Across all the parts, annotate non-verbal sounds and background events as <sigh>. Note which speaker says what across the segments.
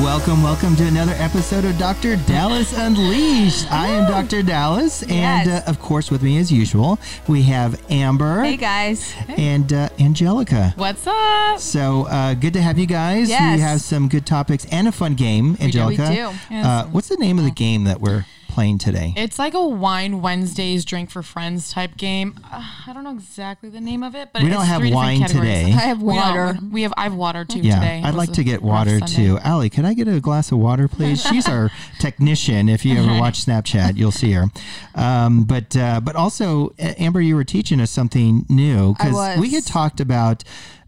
Speaker 1: Welcome, welcome to another episode of Dr. Dallas Unleashed. I am Dr. Dallas, and
Speaker 2: Yes.
Speaker 1: uh, of course, with me as usual, we have Amber
Speaker 2: Hey guys.
Speaker 1: and uh, Angelica.
Speaker 3: What's up?
Speaker 1: So uh, good to have you guys.
Speaker 2: Yes.
Speaker 1: We have some good topics and a fun game, Angelica.
Speaker 2: do.
Speaker 1: Uh, what's the name of the game that we're playing today?
Speaker 3: It's like a wine Wednesdays drink for friends type game. Uh, I don't know exactly the name of it, but
Speaker 1: We
Speaker 3: it's
Speaker 1: don't have
Speaker 3: three different
Speaker 1: wine
Speaker 3: categories. <laughs>
Speaker 1: today. I
Speaker 2: have
Speaker 3: We don't.
Speaker 2: water.
Speaker 3: We have I have water too
Speaker 1: yeah,
Speaker 3: today.
Speaker 1: I'd
Speaker 3: It
Speaker 1: like
Speaker 3: was
Speaker 1: to
Speaker 3: a
Speaker 1: get
Speaker 3: rough
Speaker 1: water
Speaker 3: Sunday.
Speaker 1: too. Allie, can I get a glass of water,
Speaker 2: <laughs>
Speaker 1: please? She's our technician. If you ever watch Snapchat, you'll see her. Um, but uh, but also, A- Amber, you were teaching us something new because we had
Speaker 2: was.
Speaker 1: talked about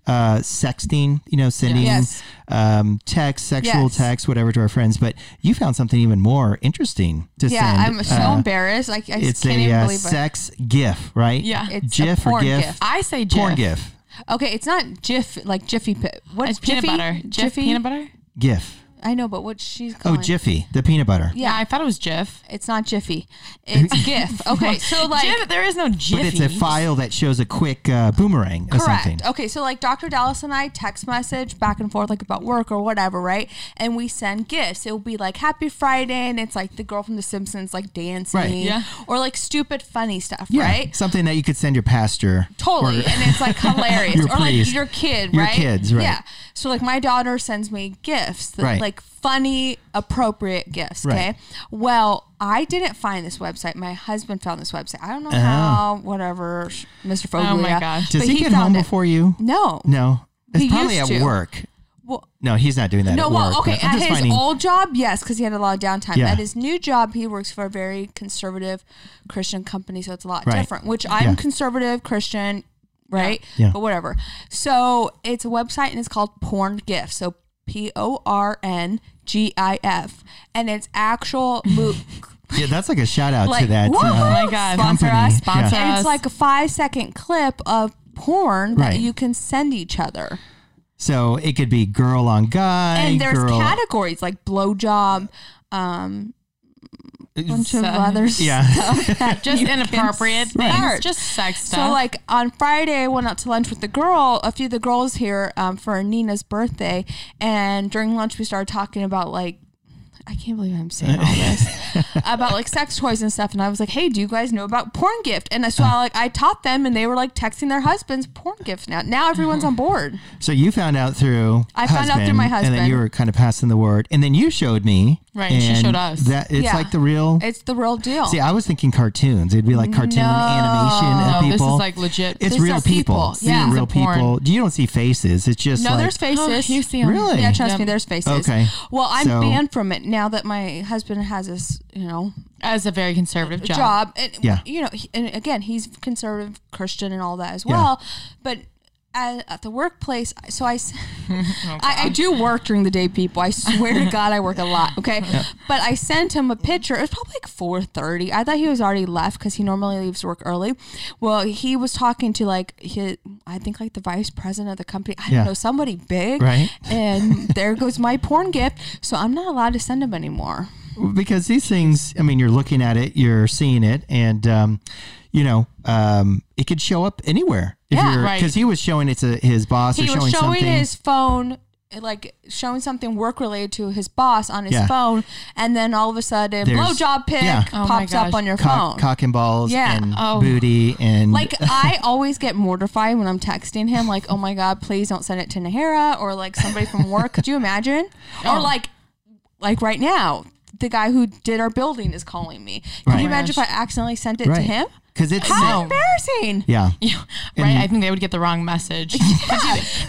Speaker 1: uh, sexting. You know, sending
Speaker 2: Yes.
Speaker 1: um, text, sexual
Speaker 2: Yes.
Speaker 1: text, whatever to our friends. But you found something even more interesting to
Speaker 2: Yeah,
Speaker 1: send.
Speaker 2: I'm so
Speaker 1: Uh,
Speaker 2: embarrassed. Like I just
Speaker 1: It's
Speaker 2: can't
Speaker 1: a
Speaker 2: even
Speaker 1: uh,
Speaker 2: believe it.
Speaker 1: sex GIF, right?
Speaker 3: Yeah.
Speaker 2: It's a
Speaker 1: GIF or
Speaker 2: porn
Speaker 1: GIF?
Speaker 2: GIF.
Speaker 3: I say GIF.
Speaker 1: Porn GIF.
Speaker 2: Okay, it's not Jiff like Jiffy Pip. What's
Speaker 3: It's peanut
Speaker 2: Jiffy?
Speaker 3: butter. GIF
Speaker 2: Jiffy?
Speaker 3: peanut butter?
Speaker 1: GIF.
Speaker 2: I know, but what she's
Speaker 1: Oh,
Speaker 2: calling.
Speaker 1: Jiffy, the peanut butter.
Speaker 3: Yeah, I thought it was GIF.
Speaker 2: It's
Speaker 1: <laughs>
Speaker 2: not Jiffy. It's GIF. Okay, so like
Speaker 3: GIF, there is no Jiffy.
Speaker 1: But it's a file that shows a quick uh, boomerang or
Speaker 2: Correct. Oh,
Speaker 1: something.
Speaker 2: Okay, so like Dr. Dallas and I text message back and forth like about work or whatever, right? And we send gifts. It'll be like Happy Friday, and it's like the girl from The Simpsons like dancing,
Speaker 1: Right.
Speaker 3: Yeah.
Speaker 2: or like stupid funny stuff,
Speaker 1: Yeah,
Speaker 2: right?
Speaker 1: something that you could send your pastor.
Speaker 2: Totally,
Speaker 1: Or,
Speaker 2: and it's
Speaker 1: <laughs>
Speaker 2: like hilarious.
Speaker 1: Your
Speaker 2: or like
Speaker 1: priest.
Speaker 2: your kid,
Speaker 1: Your
Speaker 2: right?
Speaker 1: kids, right.
Speaker 2: Yeah. So like my daughter sends me gifts, that,
Speaker 1: Right.
Speaker 2: like funny, appropriate gifts.
Speaker 1: Right.
Speaker 2: Okay. Well, I didn't find this website. My husband found this website. I don't know how, whatever, sh- Mr. Foglia.
Speaker 3: Oh my gosh.
Speaker 1: Uh-huh. does
Speaker 2: but
Speaker 1: he, get
Speaker 2: found
Speaker 1: home
Speaker 2: it.
Speaker 1: before you?
Speaker 2: No.
Speaker 1: No, it's
Speaker 2: He
Speaker 1: probably at
Speaker 2: used to.
Speaker 1: work.
Speaker 2: Well,
Speaker 1: No, he's not doing that.
Speaker 2: no,
Speaker 1: at
Speaker 2: well,
Speaker 1: work,
Speaker 2: okay.
Speaker 1: but I'm
Speaker 2: At
Speaker 1: just
Speaker 2: his
Speaker 1: finding-
Speaker 2: old job, yes, because he had a lot of downtime.
Speaker 1: Yeah.
Speaker 2: At his new job, he works for a very conservative Christian company, so it's a lot
Speaker 1: Right.
Speaker 2: different. Which I'm
Speaker 1: Yeah.
Speaker 2: conservative Christian, right?
Speaker 1: Yeah.
Speaker 2: But whatever. So it's a website and it's called Porn GIF. So P O R N G I F, and it's actual
Speaker 1: <laughs>
Speaker 2: mo-
Speaker 1: yeah, that's like a shout out to
Speaker 2: like oh
Speaker 1: that.
Speaker 2: woohoo,
Speaker 1: uh,
Speaker 3: Oh my God.
Speaker 2: sponsor
Speaker 1: company.
Speaker 2: us.
Speaker 1: Yeah.
Speaker 3: Sponsor
Speaker 2: And
Speaker 3: us.
Speaker 2: it's like a five second clip of porn that
Speaker 1: Right.
Speaker 2: you can send each other.
Speaker 1: so it could be girl on guy,
Speaker 2: and there's
Speaker 1: girl.
Speaker 2: categories like blowjob, um, bunch of
Speaker 3: Sex.
Speaker 2: other
Speaker 1: Uh, <laughs> Yeah.
Speaker 2: stuff. that
Speaker 3: <laughs> just
Speaker 2: you can
Speaker 3: inappropriate things.
Speaker 2: start.
Speaker 3: Just sex stuff.
Speaker 2: So like on Friday, I went out to lunch with the girl, a few of the girls here um, for Nina's birthday, and during lunch we started talking about like. I can't believe I'm saying
Speaker 1: <laughs>
Speaker 2: all this about like sex toys and stuff, and I was like, "Hey, do you guys know about porn gift?" And so I like I taught them, and they were like texting their husbands porn gift now. Now everyone's
Speaker 1: Mm-hmm.
Speaker 2: on board.
Speaker 1: So you found out through
Speaker 2: I found out through my
Speaker 1: and then you
Speaker 2: husband.
Speaker 1: were kind of passing the word, and then you showed me.
Speaker 3: Right, she
Speaker 1: and
Speaker 3: showed us.
Speaker 1: That it's
Speaker 2: Yeah.
Speaker 1: like the real.
Speaker 2: It's the real deal.
Speaker 1: See, I was thinking cartoons. It'd be like cartoon animation
Speaker 3: no,
Speaker 1: of people.
Speaker 3: this is like legit.
Speaker 1: It's
Speaker 2: This
Speaker 1: real
Speaker 2: is
Speaker 1: people.
Speaker 2: people.
Speaker 1: These are
Speaker 2: Yeah.
Speaker 1: real
Speaker 3: It's a porn.
Speaker 1: people. You don't see faces. It's just
Speaker 2: no,
Speaker 1: like,
Speaker 2: there's faces.
Speaker 3: Oh, you see 'em.
Speaker 1: Really?
Speaker 2: Yeah, trust
Speaker 3: Yep.
Speaker 2: me, there's faces.
Speaker 1: Okay.
Speaker 2: Well, I'm
Speaker 1: So-
Speaker 2: banned from it now that my husband has his, you know,
Speaker 3: as a very conservative job.
Speaker 2: job. And,
Speaker 1: Yeah.
Speaker 2: You know, he, and again, he's conservative Christian and all that as
Speaker 1: Yeah.
Speaker 2: well. But at, at the workplace, so
Speaker 1: <laughs>
Speaker 2: I, s- I, I do work during the day, people. I swear to God, I work a lot. Okay. But I sent him a picture. It was probably like 4.30. I thought he was already left because he normally leaves work early. Well, he was talking to like, his, I think like the vice president of the company. I
Speaker 1: Yeah.
Speaker 2: don't know, somebody big.
Speaker 1: Right.
Speaker 2: And there goes my porn gift. So I'm not allowed to send him anymore.
Speaker 1: because these things. I mean, you're looking at it, you're seeing it, and um, you know, um, it could show up anywhere. If
Speaker 2: Yeah,
Speaker 1: you're,
Speaker 3: right.
Speaker 1: Because he was showing it to his boss
Speaker 2: he
Speaker 1: or showing,
Speaker 2: was showing
Speaker 1: something.
Speaker 2: his phone like showing something work related to his boss on his
Speaker 1: Yeah.
Speaker 2: phone and then all of a sudden
Speaker 1: There's-
Speaker 2: blowjob pic
Speaker 1: yeah.
Speaker 3: Oh my
Speaker 2: pops up
Speaker 3: gosh.
Speaker 2: on your
Speaker 1: cock,
Speaker 2: phone
Speaker 1: cock and balls
Speaker 2: Yeah.
Speaker 1: and
Speaker 3: Oh.
Speaker 1: booty and
Speaker 2: like i always get mortified when i'm texting him like oh my god please don't send it to nahara or like somebody from work could you imagine
Speaker 3: Oh.
Speaker 2: or like like right now the guy who did our building is calling me can
Speaker 3: Oh
Speaker 1: Right.
Speaker 2: you imagine if i accidentally sent it to
Speaker 1: Right.
Speaker 2: him
Speaker 1: because it's
Speaker 2: how
Speaker 1: sent-
Speaker 2: embarrassing
Speaker 1: yeah.
Speaker 3: <laughs> right? I think they would get the
Speaker 1: <laughs>
Speaker 3: wrong message.
Speaker 2: <laughs>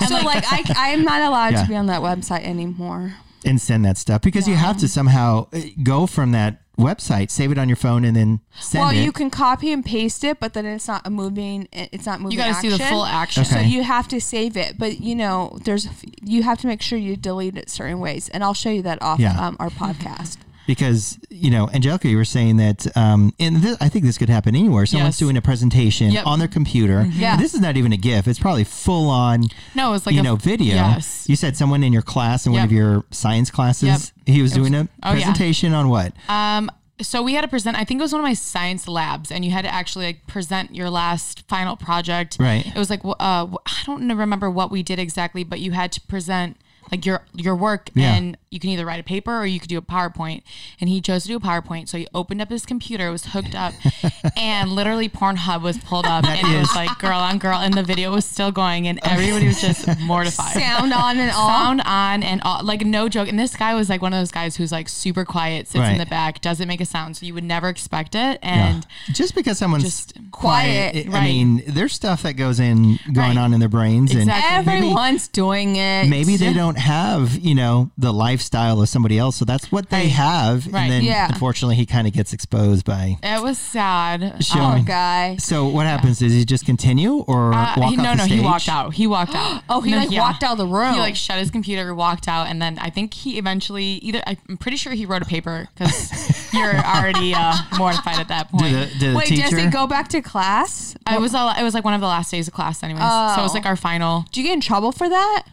Speaker 2: so like I, i'm not allowed
Speaker 1: Yeah.
Speaker 2: to be on that website anymore
Speaker 1: and send that stuff because you have to somehow uh, go from that website, save it on your phone, and then send
Speaker 2: Well,
Speaker 1: it.
Speaker 2: you can copy and paste it, but then it's not a moving. It's not moving.
Speaker 3: you got to see the full action.
Speaker 2: So
Speaker 1: Okay.
Speaker 2: you have to save it, but you know, there's you have to make sure you delete it certain ways, and I'll show you that off
Speaker 1: Yeah.
Speaker 2: um, our
Speaker 3: <laughs>
Speaker 2: podcast.
Speaker 1: because you know angelica you were saying that um, and th- i think this could happen anywhere someone's
Speaker 3: Yes.
Speaker 1: doing a presentation
Speaker 3: Yep.
Speaker 1: on their computer
Speaker 2: Yeah.
Speaker 1: this is not even a gif it's probably full on
Speaker 3: No, it's like
Speaker 1: you
Speaker 3: a-
Speaker 1: know video
Speaker 3: Yes.
Speaker 1: you said someone in your class in one
Speaker 3: Yep.
Speaker 1: of your science classes he was doing a
Speaker 3: oh, yeah.
Speaker 1: presentation on what
Speaker 3: Um, so we had to present. I think it was one of my science labs, and you had to actually like present your last final project.
Speaker 1: Right.
Speaker 3: It was like wh- uh, wh- I don't kn- remember what we did exactly, but you had to present like your your work,
Speaker 1: Yeah.
Speaker 3: and you can either write a paper or you could do a PowerPoint. And he chose to do a PowerPoint. So he opened up his computer, it was
Speaker 1: <laughs>
Speaker 3: hooked up, and literally Pornhub was pulled up and it was like girl on girl. And the video was still going and everybody was
Speaker 1: <laughs>
Speaker 3: just mortified.
Speaker 2: Sound on and off.
Speaker 3: Sound on and off, like no joke. And this guy was like one of those guys who's like super quiet, sits
Speaker 1: Right.
Speaker 3: in the back, doesn't make a sound. So you would never expect it. And
Speaker 1: just because someone's
Speaker 3: Just
Speaker 1: quiet,
Speaker 2: quiet,
Speaker 1: I- I
Speaker 3: right.
Speaker 1: mean, there's stuff that goes in going
Speaker 3: Right.
Speaker 1: on in their brains,
Speaker 3: <laughs> Exactly.
Speaker 2: Everyone's doing it.
Speaker 1: and maybe they don't have you know the lifestyle of somebody else, so that's what they
Speaker 3: Right.
Speaker 1: have,
Speaker 3: Right.
Speaker 1: and then
Speaker 2: Yeah.
Speaker 1: unfortunately he kind of gets exposed by
Speaker 3: it was sad.
Speaker 1: showing.
Speaker 2: Poor Oh, guy.
Speaker 1: So what happens? Does he just continue or
Speaker 3: Uh,
Speaker 1: walk off
Speaker 3: he, no,
Speaker 1: the
Speaker 3: no,
Speaker 1: stage?
Speaker 3: he walked out. He walked out.
Speaker 2: <gasps> Oh, he
Speaker 3: No,
Speaker 2: like
Speaker 3: yeah.
Speaker 2: walked out of the room.
Speaker 3: He like shut his computer, walked out, and then I think he eventually either I'm pretty sure he wrote a paper because
Speaker 2: <laughs>
Speaker 3: you're already uh, mortified at that point.
Speaker 1: Did the, did the
Speaker 2: Wait,
Speaker 1: teacher?
Speaker 2: does he go back to class?
Speaker 3: I was uh, it was like one of the last days of class, anyways. So
Speaker 2: Oh.
Speaker 3: it was like our final.
Speaker 2: Do you get in trouble for that?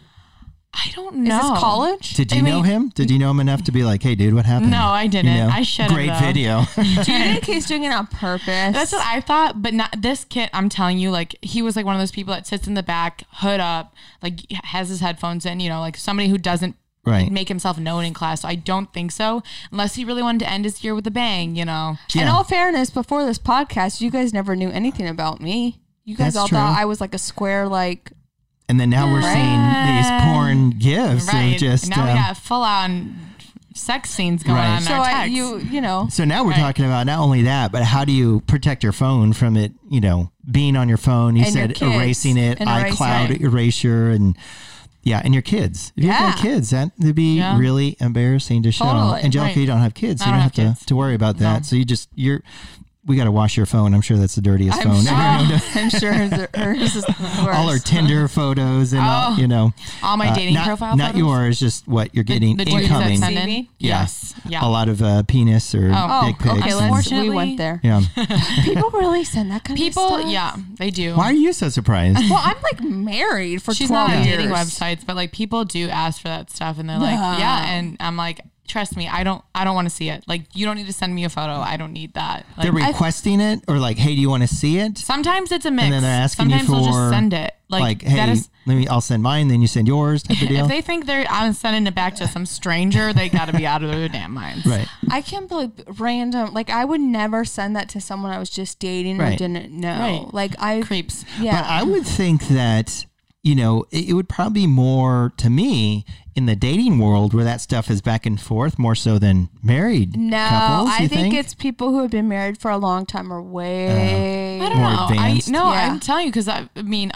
Speaker 3: I don't
Speaker 2: Is
Speaker 3: know.
Speaker 2: this college?
Speaker 1: Did you
Speaker 3: I
Speaker 1: know
Speaker 3: mean-
Speaker 1: him? Did you know him enough to be like, hey, dude, what happened?
Speaker 3: No, I didn't. I should've,
Speaker 1: Great
Speaker 3: though.
Speaker 1: video. <laughs>
Speaker 2: Do you think he's doing it on purpose?
Speaker 3: That's what I thought, but not this kid. I'm telling you, like he was like one of those people that sits in the back, hood up, like has his headphones in. You know, like somebody who doesn't
Speaker 1: Right.
Speaker 3: make himself known in class. So I don't think so, unless he really wanted to end his year with a bang. You know,
Speaker 2: In
Speaker 1: Yeah.
Speaker 2: all fairness, before this podcast, you guys never knew anything about me. You guys
Speaker 1: That's
Speaker 2: all thought
Speaker 1: true.
Speaker 2: I was like a square, like
Speaker 1: and then now we're
Speaker 3: Right.
Speaker 1: seeing these porn gifts
Speaker 3: right?
Speaker 1: of just.
Speaker 3: now we
Speaker 1: um,
Speaker 3: got full on sex scenes going
Speaker 1: Right.
Speaker 3: on. In
Speaker 2: so
Speaker 3: our
Speaker 2: I,
Speaker 3: text.
Speaker 2: you you know
Speaker 1: so now we're
Speaker 3: Right.
Speaker 1: talking about not only that, but how do you protect your phone from it? You know, being on your phone. You
Speaker 2: And your
Speaker 1: said
Speaker 2: kids.
Speaker 1: erasing it,
Speaker 2: And erasing
Speaker 1: iCloud
Speaker 3: it.
Speaker 1: erasure, and yeah, and your kids. If you have
Speaker 2: Yeah.
Speaker 1: no kids, that would be
Speaker 3: Yeah.
Speaker 1: really embarrassing to show.
Speaker 2: Totally.
Speaker 1: Angelica,
Speaker 3: Right.
Speaker 1: you don't have kids. so
Speaker 3: I
Speaker 1: you
Speaker 3: don't
Speaker 1: don't have,
Speaker 3: have
Speaker 1: to,
Speaker 3: kids.
Speaker 1: to worry about that.
Speaker 3: No.
Speaker 1: So you just you're. We got to wash your phone. I'm sure that's the dirtiest
Speaker 2: I'm
Speaker 1: phone.
Speaker 2: sure,
Speaker 1: Everyone does.
Speaker 2: <laughs> I'm sure hers, hers is the
Speaker 1: <laughs>
Speaker 2: worst.
Speaker 1: all our Tinder
Speaker 3: <laughs>
Speaker 1: photos and all, you know,
Speaker 3: all Oh. my
Speaker 1: uh,
Speaker 3: dating
Speaker 1: not,
Speaker 3: profile
Speaker 1: Not
Speaker 3: photos?
Speaker 1: yours, just what you're getting
Speaker 3: the dudes that
Speaker 1: incoming.
Speaker 3: send
Speaker 2: See
Speaker 3: in.
Speaker 2: me?
Speaker 3: Yes. Yeah.
Speaker 1: a lot of uh, penis or
Speaker 3: Oh,
Speaker 1: dick
Speaker 2: okay,
Speaker 1: pics.
Speaker 2: let's-
Speaker 1: and-
Speaker 3: Unfortunately-
Speaker 2: we
Speaker 1: <laughs>
Speaker 2: went there.
Speaker 1: yeah.
Speaker 2: People really send that kind of
Speaker 3: People,
Speaker 2: stuff.
Speaker 3: yeah, they do.
Speaker 1: Why are you so surprised?
Speaker 2: <laughs> Well, I'm like married for
Speaker 3: She's
Speaker 2: 12
Speaker 3: not on
Speaker 2: years.
Speaker 3: dating websites, but like people do ask for that stuff, and they're like,
Speaker 2: No.
Speaker 3: yeah, and I'm like, trust me, I don't, I don't want to see it. Like, you don't need to send me a photo. I don't need that.
Speaker 1: They're
Speaker 3: Like,
Speaker 1: requesting it or like, hey, do you want to see it?
Speaker 3: sometimes it's a mix.
Speaker 1: And then they're asking
Speaker 3: sometimes
Speaker 1: you for
Speaker 3: they'll just send it. Like,
Speaker 1: hey,
Speaker 3: that is.
Speaker 1: let me. I'll send mine, then you send yours.
Speaker 2: <laughs>
Speaker 1: Type of deal.
Speaker 3: If they think they're, I'm sending it back to some stranger. They got to be out of their damn minds.
Speaker 1: <laughs> right.
Speaker 2: I can't believe random. Like I would never send that to someone I was just dating or
Speaker 1: Right.
Speaker 2: didn't know.
Speaker 3: Right.
Speaker 2: Like I
Speaker 3: Creeps.
Speaker 2: Yeah.
Speaker 1: But I would think that, you know, it, it would probably be more to me in the dating world where that stuff is back and forth more so than married
Speaker 2: no,
Speaker 1: couples.
Speaker 2: I
Speaker 1: you Oh.
Speaker 2: think, it's people who have been married for a long time or way.
Speaker 3: I don't
Speaker 1: more
Speaker 3: know.
Speaker 1: advanced.
Speaker 3: I no,
Speaker 2: Yeah.
Speaker 3: I'm telling you because I, I mean,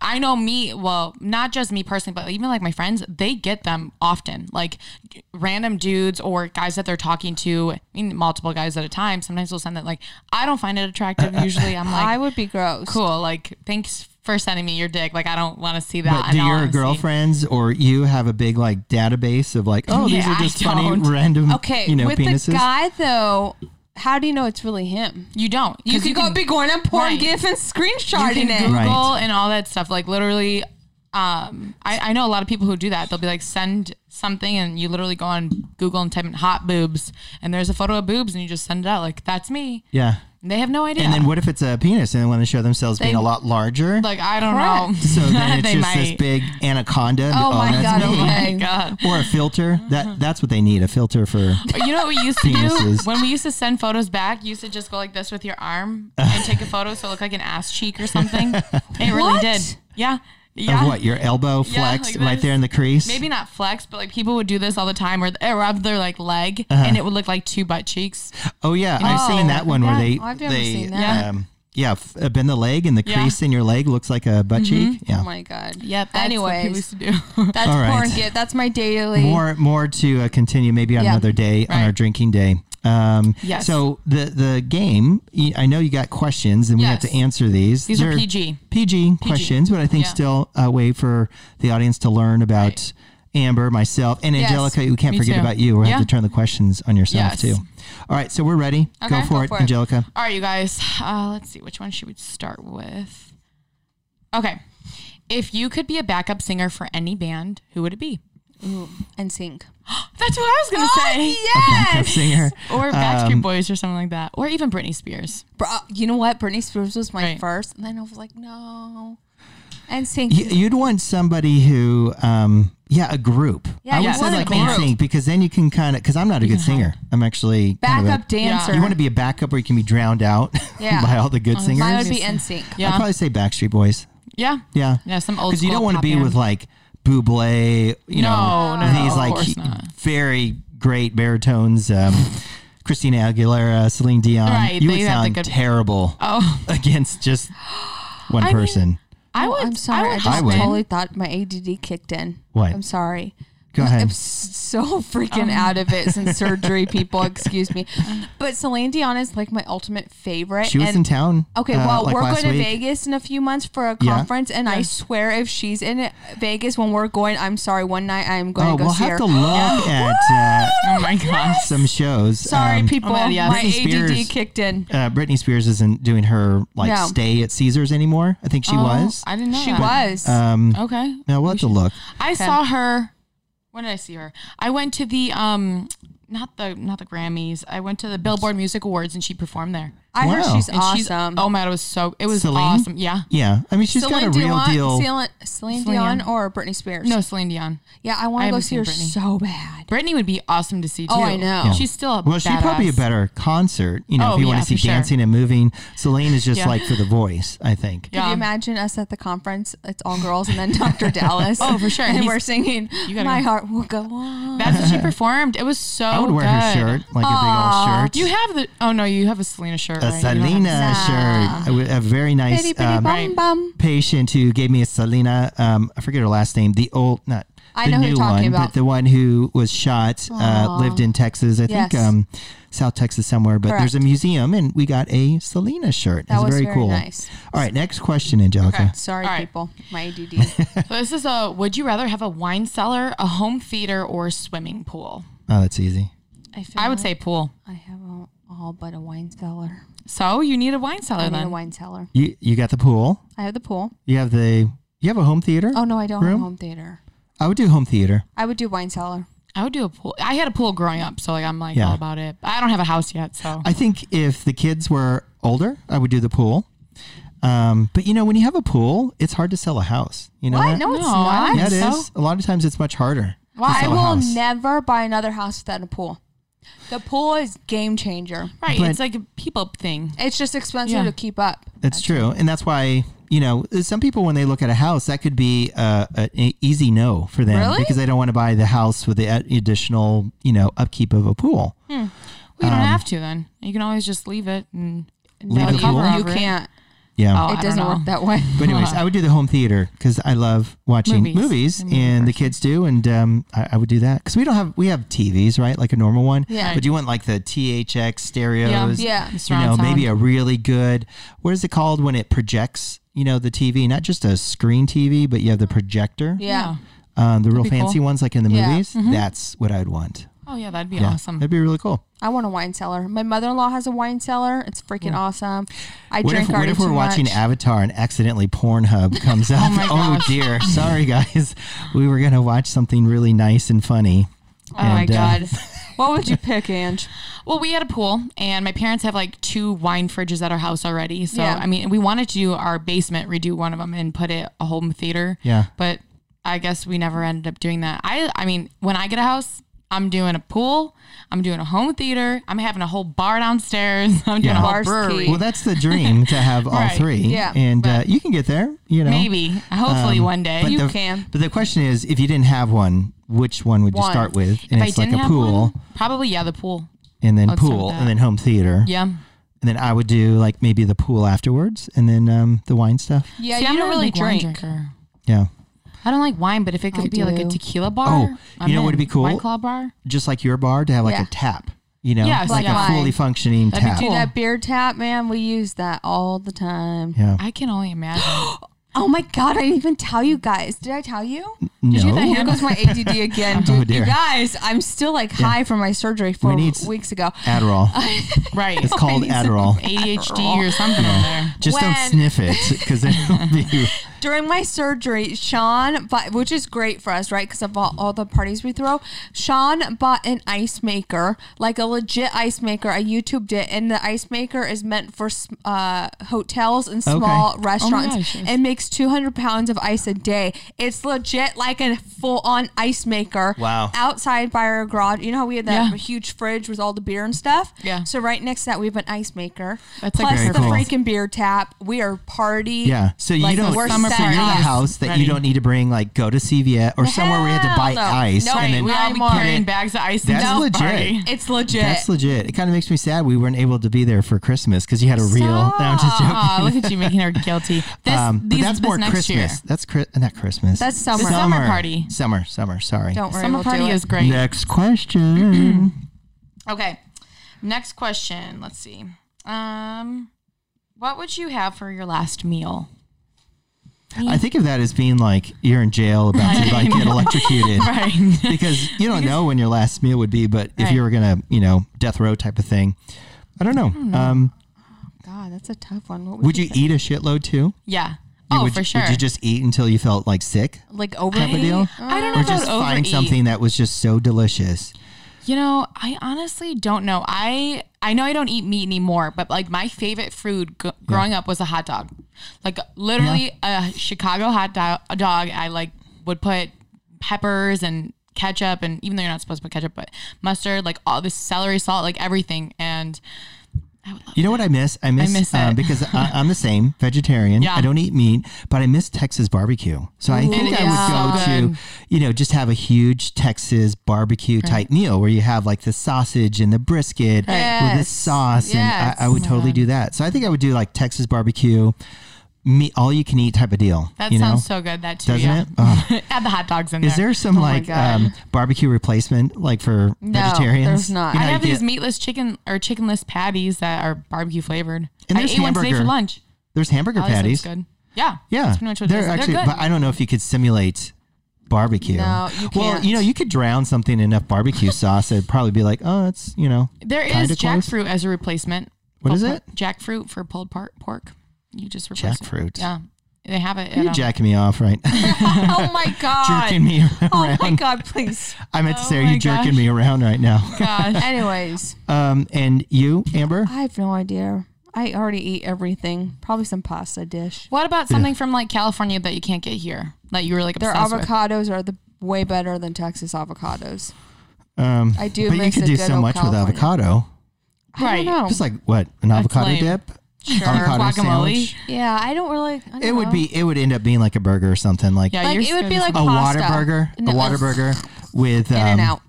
Speaker 3: I know me. Well, not just me personally, but even like my friends, they get them often. Like d- random dudes or guys that they're talking to. I mean, multiple guys at a time. Sometimes they'll send that. Like I don't find it attractive. Usually,
Speaker 2: <laughs>
Speaker 3: I'm
Speaker 2: I
Speaker 3: like,
Speaker 2: would be gross.
Speaker 3: cool. Like thanks for sending me your dick. Like I don't want to see that.
Speaker 1: But
Speaker 3: in
Speaker 1: do
Speaker 3: all
Speaker 1: your
Speaker 3: honesty.
Speaker 1: girlfriends or you have a big like database of like, oh, these
Speaker 3: Yeah,
Speaker 1: are just
Speaker 3: I don't.
Speaker 1: funny random,
Speaker 2: Okay,
Speaker 1: you know,
Speaker 2: with
Speaker 1: penises?
Speaker 2: the guy though, how do you know it's really him?
Speaker 3: You don't. 'cause
Speaker 2: You could go
Speaker 3: can-
Speaker 2: be going on porn
Speaker 3: Right.
Speaker 2: gif and
Speaker 3: you
Speaker 2: screenshotting
Speaker 3: can
Speaker 2: it.
Speaker 3: Google
Speaker 1: Right.
Speaker 3: and all that stuff. Like literally, um, I, I know a lot of people who do that. They'll be like, send something, and you literally go on Google and type in hot boobs, and there's a photo of boobs, and you just send it out. Like that's me.
Speaker 1: yeah.
Speaker 3: And they have no idea.
Speaker 1: And then what if it's a penis and they want to show themselves being a lot larger?
Speaker 3: <laughs> Like I don't know.
Speaker 2: <laughs>
Speaker 1: so
Speaker 3: <laughs>
Speaker 1: then it's
Speaker 3: they
Speaker 1: just
Speaker 3: might.
Speaker 1: this big anaconda. and,
Speaker 2: Oh my
Speaker 1: that's
Speaker 2: God,
Speaker 1: me."
Speaker 2: oh my
Speaker 3: Oh my God.
Speaker 1: Or a
Speaker 2: <laughs>
Speaker 1: filter. That that's what they need. A filter for
Speaker 3: You know what we used to do
Speaker 1: Penises.
Speaker 3: when we used to send photos back? You used to just go like this with your arm and take a photo so it looked like an ass cheek
Speaker 1: <laughs>
Speaker 3: or something. It really
Speaker 2: What?
Speaker 3: did. Yeah. Yeah.
Speaker 1: of what your elbow flexed
Speaker 3: like
Speaker 1: right
Speaker 3: this.
Speaker 1: there in the crease.
Speaker 3: maybe not flex, but like people would do this all the time where they rub their like leg
Speaker 1: Uh-huh.
Speaker 3: and it would look like two butt cheeks.
Speaker 1: Oh yeah, I've
Speaker 2: Oh,
Speaker 1: seen that one
Speaker 2: yeah.
Speaker 1: where they
Speaker 2: I've never
Speaker 1: they
Speaker 2: seen that.
Speaker 1: um yeah f- uh, bend the leg and the
Speaker 3: Yeah.
Speaker 1: crease in your leg looks like a butt cheek. Yeah.
Speaker 2: Oh my god.
Speaker 3: Yep. That's what people
Speaker 2: Anyways,
Speaker 3: used to do. <laughs>
Speaker 2: that's
Speaker 1: All right.
Speaker 2: porn gif. That's my daily.
Speaker 1: more more to uh, continue maybe on
Speaker 2: Yeah.
Speaker 1: another day on
Speaker 3: Right.
Speaker 1: our drinking day um
Speaker 3: Yes.
Speaker 1: so the the game y- i know you got questions and we have
Speaker 3: Yes.
Speaker 1: to answer these
Speaker 3: These are
Speaker 1: They're
Speaker 3: PG.
Speaker 1: pg questions but i think
Speaker 3: Yeah.
Speaker 1: still a way for the audience to learn about
Speaker 3: Right.
Speaker 1: amber myself and
Speaker 2: Yes.
Speaker 1: angelica we can't
Speaker 3: Me
Speaker 1: forget
Speaker 3: too.
Speaker 1: about you we'll have
Speaker 3: Yeah.
Speaker 1: to turn the questions on yourself
Speaker 3: Yes.
Speaker 1: too all right so we're ready go
Speaker 3: Okay,
Speaker 1: for
Speaker 2: go
Speaker 1: it
Speaker 2: for it.
Speaker 1: angelica
Speaker 3: All right, you guys. Uh, let's see which one should we start with. Okay. If you could be a backup singer for any band, who would it be?
Speaker 2: Ooh, and Oh, sync.
Speaker 3: That's what I was gonna say.
Speaker 1: Backup singer
Speaker 3: Or Backstreet
Speaker 1: Um,
Speaker 3: Boys or something like that. Or even Britney Spears.
Speaker 2: Bro, uh, you know what? Britney Spears was my
Speaker 3: Right.
Speaker 2: first, and then I was like, no. And sync.
Speaker 1: Y- You'd want somebody who um, Yeah, a group.
Speaker 2: Yeah,
Speaker 1: I
Speaker 2: you
Speaker 1: would say
Speaker 2: want a
Speaker 1: like lip
Speaker 3: group.
Speaker 1: sync because then you can kind of because I'm not a good singer. I'm actually kind of a-
Speaker 4: Backup dancer.
Speaker 1: You want to be a backup where you can be drowned out <laughs>
Speaker 4: Yeah.
Speaker 1: by all the good singers.
Speaker 4: Mine would
Speaker 1: I'd
Speaker 4: be NSYNC.
Speaker 3: Yeah.
Speaker 1: probably say Backstreet Boys.
Speaker 3: yeah.
Speaker 1: Yeah,
Speaker 3: Yeah, some old
Speaker 1: because you
Speaker 3: school
Speaker 1: don't want to
Speaker 3: pop
Speaker 1: be
Speaker 3: band.
Speaker 1: with like Buble. You know
Speaker 3: No, no, no,
Speaker 1: these
Speaker 3: of
Speaker 1: like
Speaker 3: course not.
Speaker 1: very great baritones.
Speaker 3: <laughs>
Speaker 1: Um, Christina Aguilera, Celine Dion.
Speaker 3: Right,
Speaker 1: you
Speaker 3: they
Speaker 1: would
Speaker 3: have the
Speaker 1: sound
Speaker 3: good-
Speaker 1: terrible
Speaker 3: Oh,
Speaker 1: <laughs> against just one
Speaker 3: mean-
Speaker 1: person.
Speaker 3: I
Speaker 2: Oh,
Speaker 3: would.
Speaker 2: I'm sorry. I,
Speaker 3: would
Speaker 2: just
Speaker 1: I would.
Speaker 2: totally thought my ADD kicked in.
Speaker 1: What?
Speaker 2: I'm sorry.
Speaker 1: Go ahead.
Speaker 2: I'm so freaking
Speaker 1: Oh.
Speaker 2: out of it
Speaker 1: <laughs>
Speaker 2: since surgery, people. Excuse me. But Celine Dion is like my ultimate favorite.
Speaker 1: she was
Speaker 2: and-
Speaker 1: in town.
Speaker 2: Okay,
Speaker 1: uh,
Speaker 2: well,
Speaker 1: like
Speaker 2: we're
Speaker 1: last
Speaker 2: going to
Speaker 1: week.
Speaker 2: Vegas in a few months for a
Speaker 1: Yeah.
Speaker 2: conference, and I swear if she's in it- Vegas when we're going, I'm sorry, one night I'm going
Speaker 1: Oh,
Speaker 2: to go
Speaker 1: we'll
Speaker 2: see
Speaker 1: have
Speaker 2: her.
Speaker 1: to look
Speaker 3: <laughs>
Speaker 1: at uh,
Speaker 3: <laughs> oh my gosh.
Speaker 1: some shows.
Speaker 2: sorry,
Speaker 1: Um,
Speaker 2: people,
Speaker 3: Oh, yeah,
Speaker 2: my
Speaker 1: Britney
Speaker 2: ADD
Speaker 1: Spears.
Speaker 2: kicked in.
Speaker 1: uh, Britney Spears isn't doing her like
Speaker 2: No.
Speaker 1: stay at Caesars anymore. I think she
Speaker 3: Oh,
Speaker 1: was.
Speaker 3: I Oh, didn't know.
Speaker 2: She
Speaker 3: that.
Speaker 2: was.
Speaker 1: Um,
Speaker 3: Okay.
Speaker 1: now we'll have to look.
Speaker 3: I saw her. When did I see her? I went to the um, not the not the Grammys. I went to the Billboard Music Awards and she performed there.
Speaker 2: I heard
Speaker 1: wow.
Speaker 2: she's
Speaker 1: And
Speaker 2: awesome.
Speaker 3: oh my god, it was so. It was
Speaker 1: Celine?
Speaker 3: awesome. Yeah.
Speaker 1: Yeah, I mean she's got a real
Speaker 2: Dion,
Speaker 1: deal.
Speaker 2: Celine, Celine
Speaker 3: Celine
Speaker 2: Dion
Speaker 3: Dion.
Speaker 2: or Britney Spears?
Speaker 3: No, Celine Dion.
Speaker 2: Yeah, I want
Speaker 3: I
Speaker 2: to go
Speaker 3: haven't
Speaker 2: see her
Speaker 3: seen Britney.
Speaker 2: so bad.
Speaker 3: Brittany would be awesome to see too.
Speaker 2: Oh, I know. Yeah.
Speaker 3: She's still a
Speaker 1: well, she's probably a
Speaker 3: badass.
Speaker 1: better concert. You know,
Speaker 3: Oh,
Speaker 1: if you want
Speaker 3: yeah,
Speaker 1: to see
Speaker 3: for sure.
Speaker 1: dancing and moving, Celine is just
Speaker 3: Yeah.
Speaker 1: like for the voice. I think.
Speaker 3: Yeah.
Speaker 2: Could you imagine us at the conference? It's all girls, and then <laughs> Dr. Dallas.
Speaker 3: Oh, for sure.
Speaker 2: And
Speaker 3: He's-
Speaker 2: we're singing.
Speaker 3: gotta
Speaker 2: My
Speaker 3: go.
Speaker 2: heart will go on.
Speaker 1: <laughs>
Speaker 3: That's what she performed. It was so.
Speaker 1: I would wear her
Speaker 3: Oh, good.
Speaker 1: shirt, like a big old shirt.
Speaker 3: You have the. Oh no, you have a Selena shirt.
Speaker 1: a
Speaker 3: right? You don't have-
Speaker 1: Selena shirt. I would- A very nice.
Speaker 2: Bitty, bitty,
Speaker 1: um,
Speaker 2: bum,
Speaker 3: right.
Speaker 2: bum.
Speaker 1: patient who gave me a Selena. Um, I forget her last name. The old, not
Speaker 2: I
Speaker 1: the
Speaker 2: know who
Speaker 1: new
Speaker 2: you're talking
Speaker 1: one,
Speaker 2: about.
Speaker 1: but the one who was shot, uh, lived in Texas. I think
Speaker 2: Yes.
Speaker 1: um, South Texas somewhere. But there's a
Speaker 2: Correct.
Speaker 1: museum, and we got a Selena shirt.
Speaker 2: That
Speaker 1: it's
Speaker 2: was
Speaker 1: very,
Speaker 2: very
Speaker 1: cool.
Speaker 2: nice.
Speaker 1: All right, next question, Angelica.
Speaker 3: Okay.
Speaker 2: Sorry,
Speaker 3: All right.
Speaker 2: people. My
Speaker 1: <laughs>
Speaker 2: ADD.
Speaker 3: So <laughs> this is a. Would you rather have a wine cellar, a home theater, or a swimming pool?
Speaker 1: Oh, that's easy.
Speaker 2: I, feel
Speaker 3: I would
Speaker 2: like
Speaker 3: say pool.
Speaker 2: I have all, all but a wine cellar.
Speaker 3: So you need a wine cellar
Speaker 2: I need
Speaker 3: Oh, then.
Speaker 2: a wine cellar.
Speaker 1: You you got the pool.
Speaker 2: I have the pool.
Speaker 1: You have the you have a home theater.
Speaker 2: Oh, no, I don't have
Speaker 1: Room?
Speaker 2: home theater.
Speaker 1: I would do home theater.
Speaker 2: I would do wine cellar.
Speaker 3: I would do a pool. I had a pool growing up, so like I'm like
Speaker 1: Yeah.
Speaker 3: all about it. But I don't have a house yet, so
Speaker 1: I think if the kids were older, I would do the pool. Um, but you know, when you have a pool, it's hard to sell a house. You know that?
Speaker 2: No, it's
Speaker 3: No, I
Speaker 2: not.
Speaker 3: don't
Speaker 1: Yeah, it is.
Speaker 3: think so.
Speaker 1: A lot of times, it's much harder. to
Speaker 2: I
Speaker 1: sell a
Speaker 2: will
Speaker 1: house.
Speaker 2: never buy another house without a pool. The pool is game changer.
Speaker 3: right.
Speaker 1: But-
Speaker 3: it's like a people thing.
Speaker 2: It's just expensive
Speaker 3: Yeah.
Speaker 2: to keep up.
Speaker 1: That's true, and that's why you know some people when they look at a house, that could be uh, a- an easy no for them
Speaker 2: Really?
Speaker 1: because they don't want to buy the house with the ad- additional you know upkeep of a pool.
Speaker 3: We don't have to then. You can always just leave it and
Speaker 1: Um, Leave
Speaker 3: have
Speaker 1: it
Speaker 3: a cover
Speaker 1: pool?
Speaker 2: You
Speaker 3: over it.
Speaker 2: can't.
Speaker 1: Yeah.
Speaker 3: Oh, I
Speaker 2: It
Speaker 3: don't
Speaker 2: doesn't
Speaker 3: know.
Speaker 2: work that way.
Speaker 1: But anyways, I would do the home theater because I love watching
Speaker 3: Movies.
Speaker 1: movies,
Speaker 3: I'm a movie
Speaker 1: and the kids do, and um, I, I would do that because we don't have we have TVs right like a normal one.
Speaker 2: Yeah.
Speaker 1: But you want like the THX stereos?
Speaker 2: Yeah.
Speaker 1: You
Speaker 3: Surround
Speaker 1: know, maybe
Speaker 3: sound.
Speaker 1: a really good. What is it called when it projects? You know, the TV, not just a screen TV, but you have the projector.
Speaker 2: Yeah.
Speaker 1: Um, the real
Speaker 3: be cool.
Speaker 1: fancy ones, like in the
Speaker 2: Yeah.
Speaker 1: movies, that's what I'd want.
Speaker 3: Oh yeah, that'd be
Speaker 1: Yeah,
Speaker 3: awesome.
Speaker 1: that'd be really cool.
Speaker 2: I want a wine cellar. My mother in law has a wine cellar. It's freaking awesome. I
Speaker 1: Hmm. What
Speaker 2: drink
Speaker 1: if, what
Speaker 2: already
Speaker 1: if we're
Speaker 2: too
Speaker 1: watching
Speaker 2: much.
Speaker 1: Avatar and accidentally Pornhub
Speaker 3: <laughs>
Speaker 1: comes up?
Speaker 3: Oh
Speaker 1: Oh,
Speaker 3: my gosh. <laughs>
Speaker 1: dear, sorry guys, we were gonna watch something really nice and funny.
Speaker 3: Oh my
Speaker 1: And, uh,
Speaker 3: god.
Speaker 2: what would you pick, Ange?
Speaker 3: Well, we had a pool, and my parents have like two wine fridges at our house already. So
Speaker 2: Yeah.
Speaker 3: I mean, we wanted to do our basement, redo one of them, and put it a home theater.
Speaker 1: Yeah.
Speaker 3: But I guess we never ended up doing that. I I mean, when I get a house, I'm doing a pool, I'm doing a home theater, I'm having a whole bar downstairs, <laughs> I'm doing
Speaker 1: Yeah.
Speaker 3: a whole
Speaker 2: Bar's
Speaker 3: brewery.
Speaker 2: key.
Speaker 1: Well, that's the dream to have all
Speaker 3: Right,
Speaker 1: three.
Speaker 2: yeah,
Speaker 1: and uh, you can get there. You know,
Speaker 3: Maybe, hopefully, one day.
Speaker 1: Um, But
Speaker 2: You
Speaker 1: the,
Speaker 2: can.
Speaker 1: But the question is, if you didn't have one, which one would
Speaker 2: One.
Speaker 1: you start with? And
Speaker 3: If
Speaker 1: it's
Speaker 3: I
Speaker 1: like
Speaker 3: didn't
Speaker 1: a
Speaker 3: have
Speaker 1: pool,
Speaker 3: one, probably yeah, the pool.
Speaker 1: and then
Speaker 3: start with
Speaker 1: pool,
Speaker 3: that.
Speaker 1: and then home theater.
Speaker 3: Yeah.
Speaker 1: And then I would do like maybe the pool afterwards, and then um, the wine stuff.
Speaker 2: <laughs> Yeah,
Speaker 3: See,
Speaker 2: you
Speaker 3: I'm
Speaker 2: don't
Speaker 3: not a
Speaker 2: really
Speaker 3: big wine
Speaker 2: drink.
Speaker 3: drinker.
Speaker 1: Yeah.
Speaker 3: I don't like wine, but if it could
Speaker 2: I
Speaker 3: be like
Speaker 2: do.
Speaker 3: a tequila bar,
Speaker 1: Oh,
Speaker 3: I'm
Speaker 1: you know what would
Speaker 3: in.
Speaker 1: be cool?
Speaker 3: White Claw bar.
Speaker 1: just like your bar to have like
Speaker 2: Yeah.
Speaker 1: a tap, you know,
Speaker 3: Yes,
Speaker 1: like
Speaker 3: yeah.
Speaker 1: a fully functioning
Speaker 3: That'd be
Speaker 1: tap.
Speaker 2: Dude,
Speaker 3: cool.
Speaker 2: that beer tap, man, we use that all the time.
Speaker 1: Yeah.
Speaker 3: I can only imagine.
Speaker 2: Oh my God, I didn't even tell you guys. Did I tell you?
Speaker 1: no.
Speaker 3: you get
Speaker 2: Here goes my ADD
Speaker 1: <laughs>
Speaker 2: again.
Speaker 1: Oh,
Speaker 2: Dude, you
Speaker 1: dear.
Speaker 2: guys, I'm still like high from my surgery four
Speaker 1: need s-
Speaker 2: weeks ago.
Speaker 3: <laughs>
Speaker 1: Adderall.
Speaker 3: right.
Speaker 1: It's called Adderall.
Speaker 3: ADHD or something in there.
Speaker 1: Just don't
Speaker 2: When-
Speaker 1: sniff it because
Speaker 3: <laughs>
Speaker 1: it'll be.
Speaker 2: during my surgery, Sean bought, which is great for us, right? Because of all, all the parties we throw. Sean bought an ice maker, like a legit ice maker. I YouTubed it, and the ice maker is meant for s- uh, hotels and small
Speaker 1: Oh
Speaker 2: restaurants.
Speaker 3: gosh, yes.
Speaker 2: It makes makes 200 pounds of ice a day. It's legit like a full on ice maker.
Speaker 1: Wow.
Speaker 2: Outside by our garage. You know how we had that
Speaker 3: Yeah.
Speaker 2: huge fridge with all the beer and stuff?
Speaker 3: Yeah.
Speaker 2: So right next to that, we have an ice maker.
Speaker 3: That's, like,
Speaker 2: Plus
Speaker 1: very
Speaker 2: the
Speaker 1: cool.
Speaker 2: freaking beer tap. We are party.
Speaker 1: Yeah. So you
Speaker 3: Like
Speaker 1: don't. So
Speaker 3: the
Speaker 1: you're
Speaker 3: worst
Speaker 1: in a
Speaker 3: summer parties
Speaker 1: house that
Speaker 3: ready.
Speaker 1: you don't need to bring like go to CVS or somewhere where you had to buy
Speaker 2: Hell no.
Speaker 1: ice
Speaker 2: No,
Speaker 1: and
Speaker 2: right.
Speaker 1: then
Speaker 3: we
Speaker 2: Not
Speaker 3: all be
Speaker 2: anymore.
Speaker 3: carrying bags of ice.
Speaker 1: That's
Speaker 3: into the
Speaker 1: legit.
Speaker 3: party.
Speaker 2: It's legit.
Speaker 1: That's legit. It kind of makes me sad we weren't able to be there for Christmas because you had a real. No, I'm just joking.
Speaker 3: <laughs> Aw, look at you making her guilty. This,
Speaker 1: Um, but
Speaker 3: these-
Speaker 1: that's
Speaker 3: this
Speaker 1: more
Speaker 3: next
Speaker 1: Christmas.
Speaker 3: year.
Speaker 1: That's cri- not Christmas.
Speaker 2: That's summer.
Speaker 3: This summer party.
Speaker 1: Summer, summer. Sorry.
Speaker 2: Don't worry.
Speaker 3: Summer
Speaker 2: we'll
Speaker 3: party
Speaker 2: do it.
Speaker 3: is great.
Speaker 1: Next question.
Speaker 3: Okay. Next question. Let's see. Um, what would you have for your
Speaker 1: <laughs>
Speaker 3: last meal? Mm-hmm.
Speaker 1: I think of that as being like you're in jail about to like
Speaker 3: <laughs>
Speaker 1: get electrocuted.
Speaker 3: Right.
Speaker 1: Because you don't know when your last meal would be, but if you
Speaker 3: Right.
Speaker 1: were gonna, you know, death row type of thing, I don't know.
Speaker 3: Hmm.
Speaker 1: Um,
Speaker 2: God, that's a tough one. What
Speaker 1: would you eat a shitload too?
Speaker 3: <laughs> yeah.
Speaker 1: You-
Speaker 3: oh,
Speaker 1: would
Speaker 3: for
Speaker 1: you,
Speaker 3: sure.
Speaker 1: Would you just eat until you felt like sick,
Speaker 2: like over
Speaker 1: type of deal,
Speaker 3: I don't know
Speaker 1: or
Speaker 3: about
Speaker 1: just find
Speaker 3: overeat.
Speaker 1: something that was just so delicious?
Speaker 3: You know, I honestly don't know. I I know I don't eat meat anymore, but like my favorite food g- growing up was a hot dog. Like literally a Chicago hot do- a dog. I like would put peppers and ketchup, and even though you're not supposed to put ketchup, but mustard, like all this celery, salt, like everything, and I would love.
Speaker 1: You know what I miss? I miss,
Speaker 3: miss
Speaker 1: uh,
Speaker 3: it.
Speaker 1: because
Speaker 3: <laughs>
Speaker 1: I, I'm the same vegetarian.
Speaker 3: Yeah.
Speaker 1: I don't eat meat, but I miss Texas barbecue. So I think
Speaker 3: It
Speaker 1: I would go
Speaker 3: is so
Speaker 1: to, you know, just have a huge Texas barbecue type meal where you have like the sausage and the brisket with the
Speaker 2: Yes.
Speaker 1: sauce, and I, I would
Speaker 2: Yes.
Speaker 1: totally do that. So I think I would do like Texas barbecue, meat, all you can eat type of deal.
Speaker 3: That
Speaker 1: you know?
Speaker 3: sounds so good. That too,
Speaker 1: doesn't
Speaker 3: yeah. Oh
Speaker 1: it? Ugh.
Speaker 3: <laughs> Add the hot dogs in there.
Speaker 1: Is
Speaker 3: <laughs>
Speaker 1: there some
Speaker 2: my
Speaker 1: like
Speaker 2: God.
Speaker 1: um, barbecue replacement like for vegetarians?
Speaker 2: there's not.
Speaker 1: You know,
Speaker 3: I
Speaker 1: you
Speaker 3: have these
Speaker 1: get-
Speaker 3: meatless chicken or chickenless patties that are barbecue flavored.
Speaker 1: And
Speaker 3: I
Speaker 1: there's
Speaker 3: ate one today for
Speaker 1: hamburger
Speaker 3: lunch.
Speaker 1: there's hamburger
Speaker 3: Oh, this looks
Speaker 1: patties.
Speaker 3: good. Yeah.
Speaker 1: Yeah,
Speaker 3: That's pretty much what
Speaker 1: they're
Speaker 3: it is.
Speaker 1: actually.
Speaker 3: they're good.
Speaker 1: But I don't know if you could simulate barbecue.
Speaker 2: No, you
Speaker 1: Well,
Speaker 2: can't.
Speaker 1: you know, you could drown something in enough barbecue sauce. It'd probably be like, oh, it's you know,
Speaker 3: There is
Speaker 1: Kinda close.
Speaker 3: jackfruit as a replacement.
Speaker 1: What is
Speaker 3: Pulled
Speaker 1: it?
Speaker 3: por- Jackfruit for pulled par- pork. You just replace it.
Speaker 1: jackfruit.
Speaker 3: Yeah, they have it. at,
Speaker 1: You're
Speaker 3: um,
Speaker 1: jacking me off, right?
Speaker 2: <laughs>
Speaker 1: <laughs>
Speaker 2: oh my god.
Speaker 1: jerking me around.
Speaker 2: Oh my
Speaker 1: <laughs>
Speaker 2: god, please.
Speaker 1: I meant to say,
Speaker 3: Oh
Speaker 1: are you
Speaker 3: my
Speaker 1: jerking
Speaker 3: gosh.
Speaker 1: me around right now?
Speaker 2: <laughs>
Speaker 3: gosh.
Speaker 2: Anyways,
Speaker 1: Um, and you, Amber,
Speaker 2: I have no idea. I already eat everything. Probably some pasta dish.
Speaker 3: What about something from like California that you can't get here that you were like
Speaker 2: Their
Speaker 3: obsessed with?
Speaker 2: avocados are the way better than Texas avocados.
Speaker 1: um,
Speaker 2: I do
Speaker 1: but you
Speaker 2: miss
Speaker 1: could
Speaker 2: a
Speaker 1: do
Speaker 2: good
Speaker 1: so
Speaker 2: old
Speaker 1: much
Speaker 2: California.
Speaker 1: with avocado.
Speaker 2: I don't
Speaker 3: Right.
Speaker 2: know.
Speaker 1: Just like what an avocado
Speaker 3: lame.
Speaker 1: dip,
Speaker 3: Sure.
Speaker 1: avocado
Speaker 3: Guacamole.
Speaker 1: sandwich.
Speaker 2: yeah, I don't really. I don't
Speaker 1: It would
Speaker 2: know.
Speaker 1: be. It would end up being like a burger or something like
Speaker 3: Yeah,
Speaker 2: Like,
Speaker 3: you're
Speaker 2: it would
Speaker 3: scared
Speaker 2: be
Speaker 3: of
Speaker 2: like-
Speaker 1: a water
Speaker 2: pasta.
Speaker 1: burger,
Speaker 2: No,
Speaker 1: a water
Speaker 2: ugh.
Speaker 1: burger with um,
Speaker 2: in and out.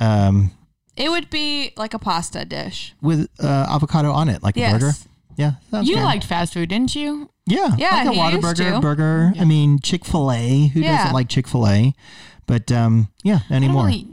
Speaker 1: um
Speaker 2: It would be like a pasta dish.
Speaker 1: with uh, avocado on it, like
Speaker 2: Yes.
Speaker 1: a burger. Yeah,
Speaker 3: something.
Speaker 1: sounds
Speaker 3: You
Speaker 1: good.
Speaker 3: liked fast food, didn't you?
Speaker 1: yeah,
Speaker 2: Yeah,
Speaker 1: like a
Speaker 2: he used
Speaker 1: Whataburger
Speaker 2: to.
Speaker 1: burger. I mean, Chick Fil A. Who
Speaker 2: Yeah.
Speaker 1: doesn't like Chick Fil A? But um, yeah, anymore.
Speaker 3: Really,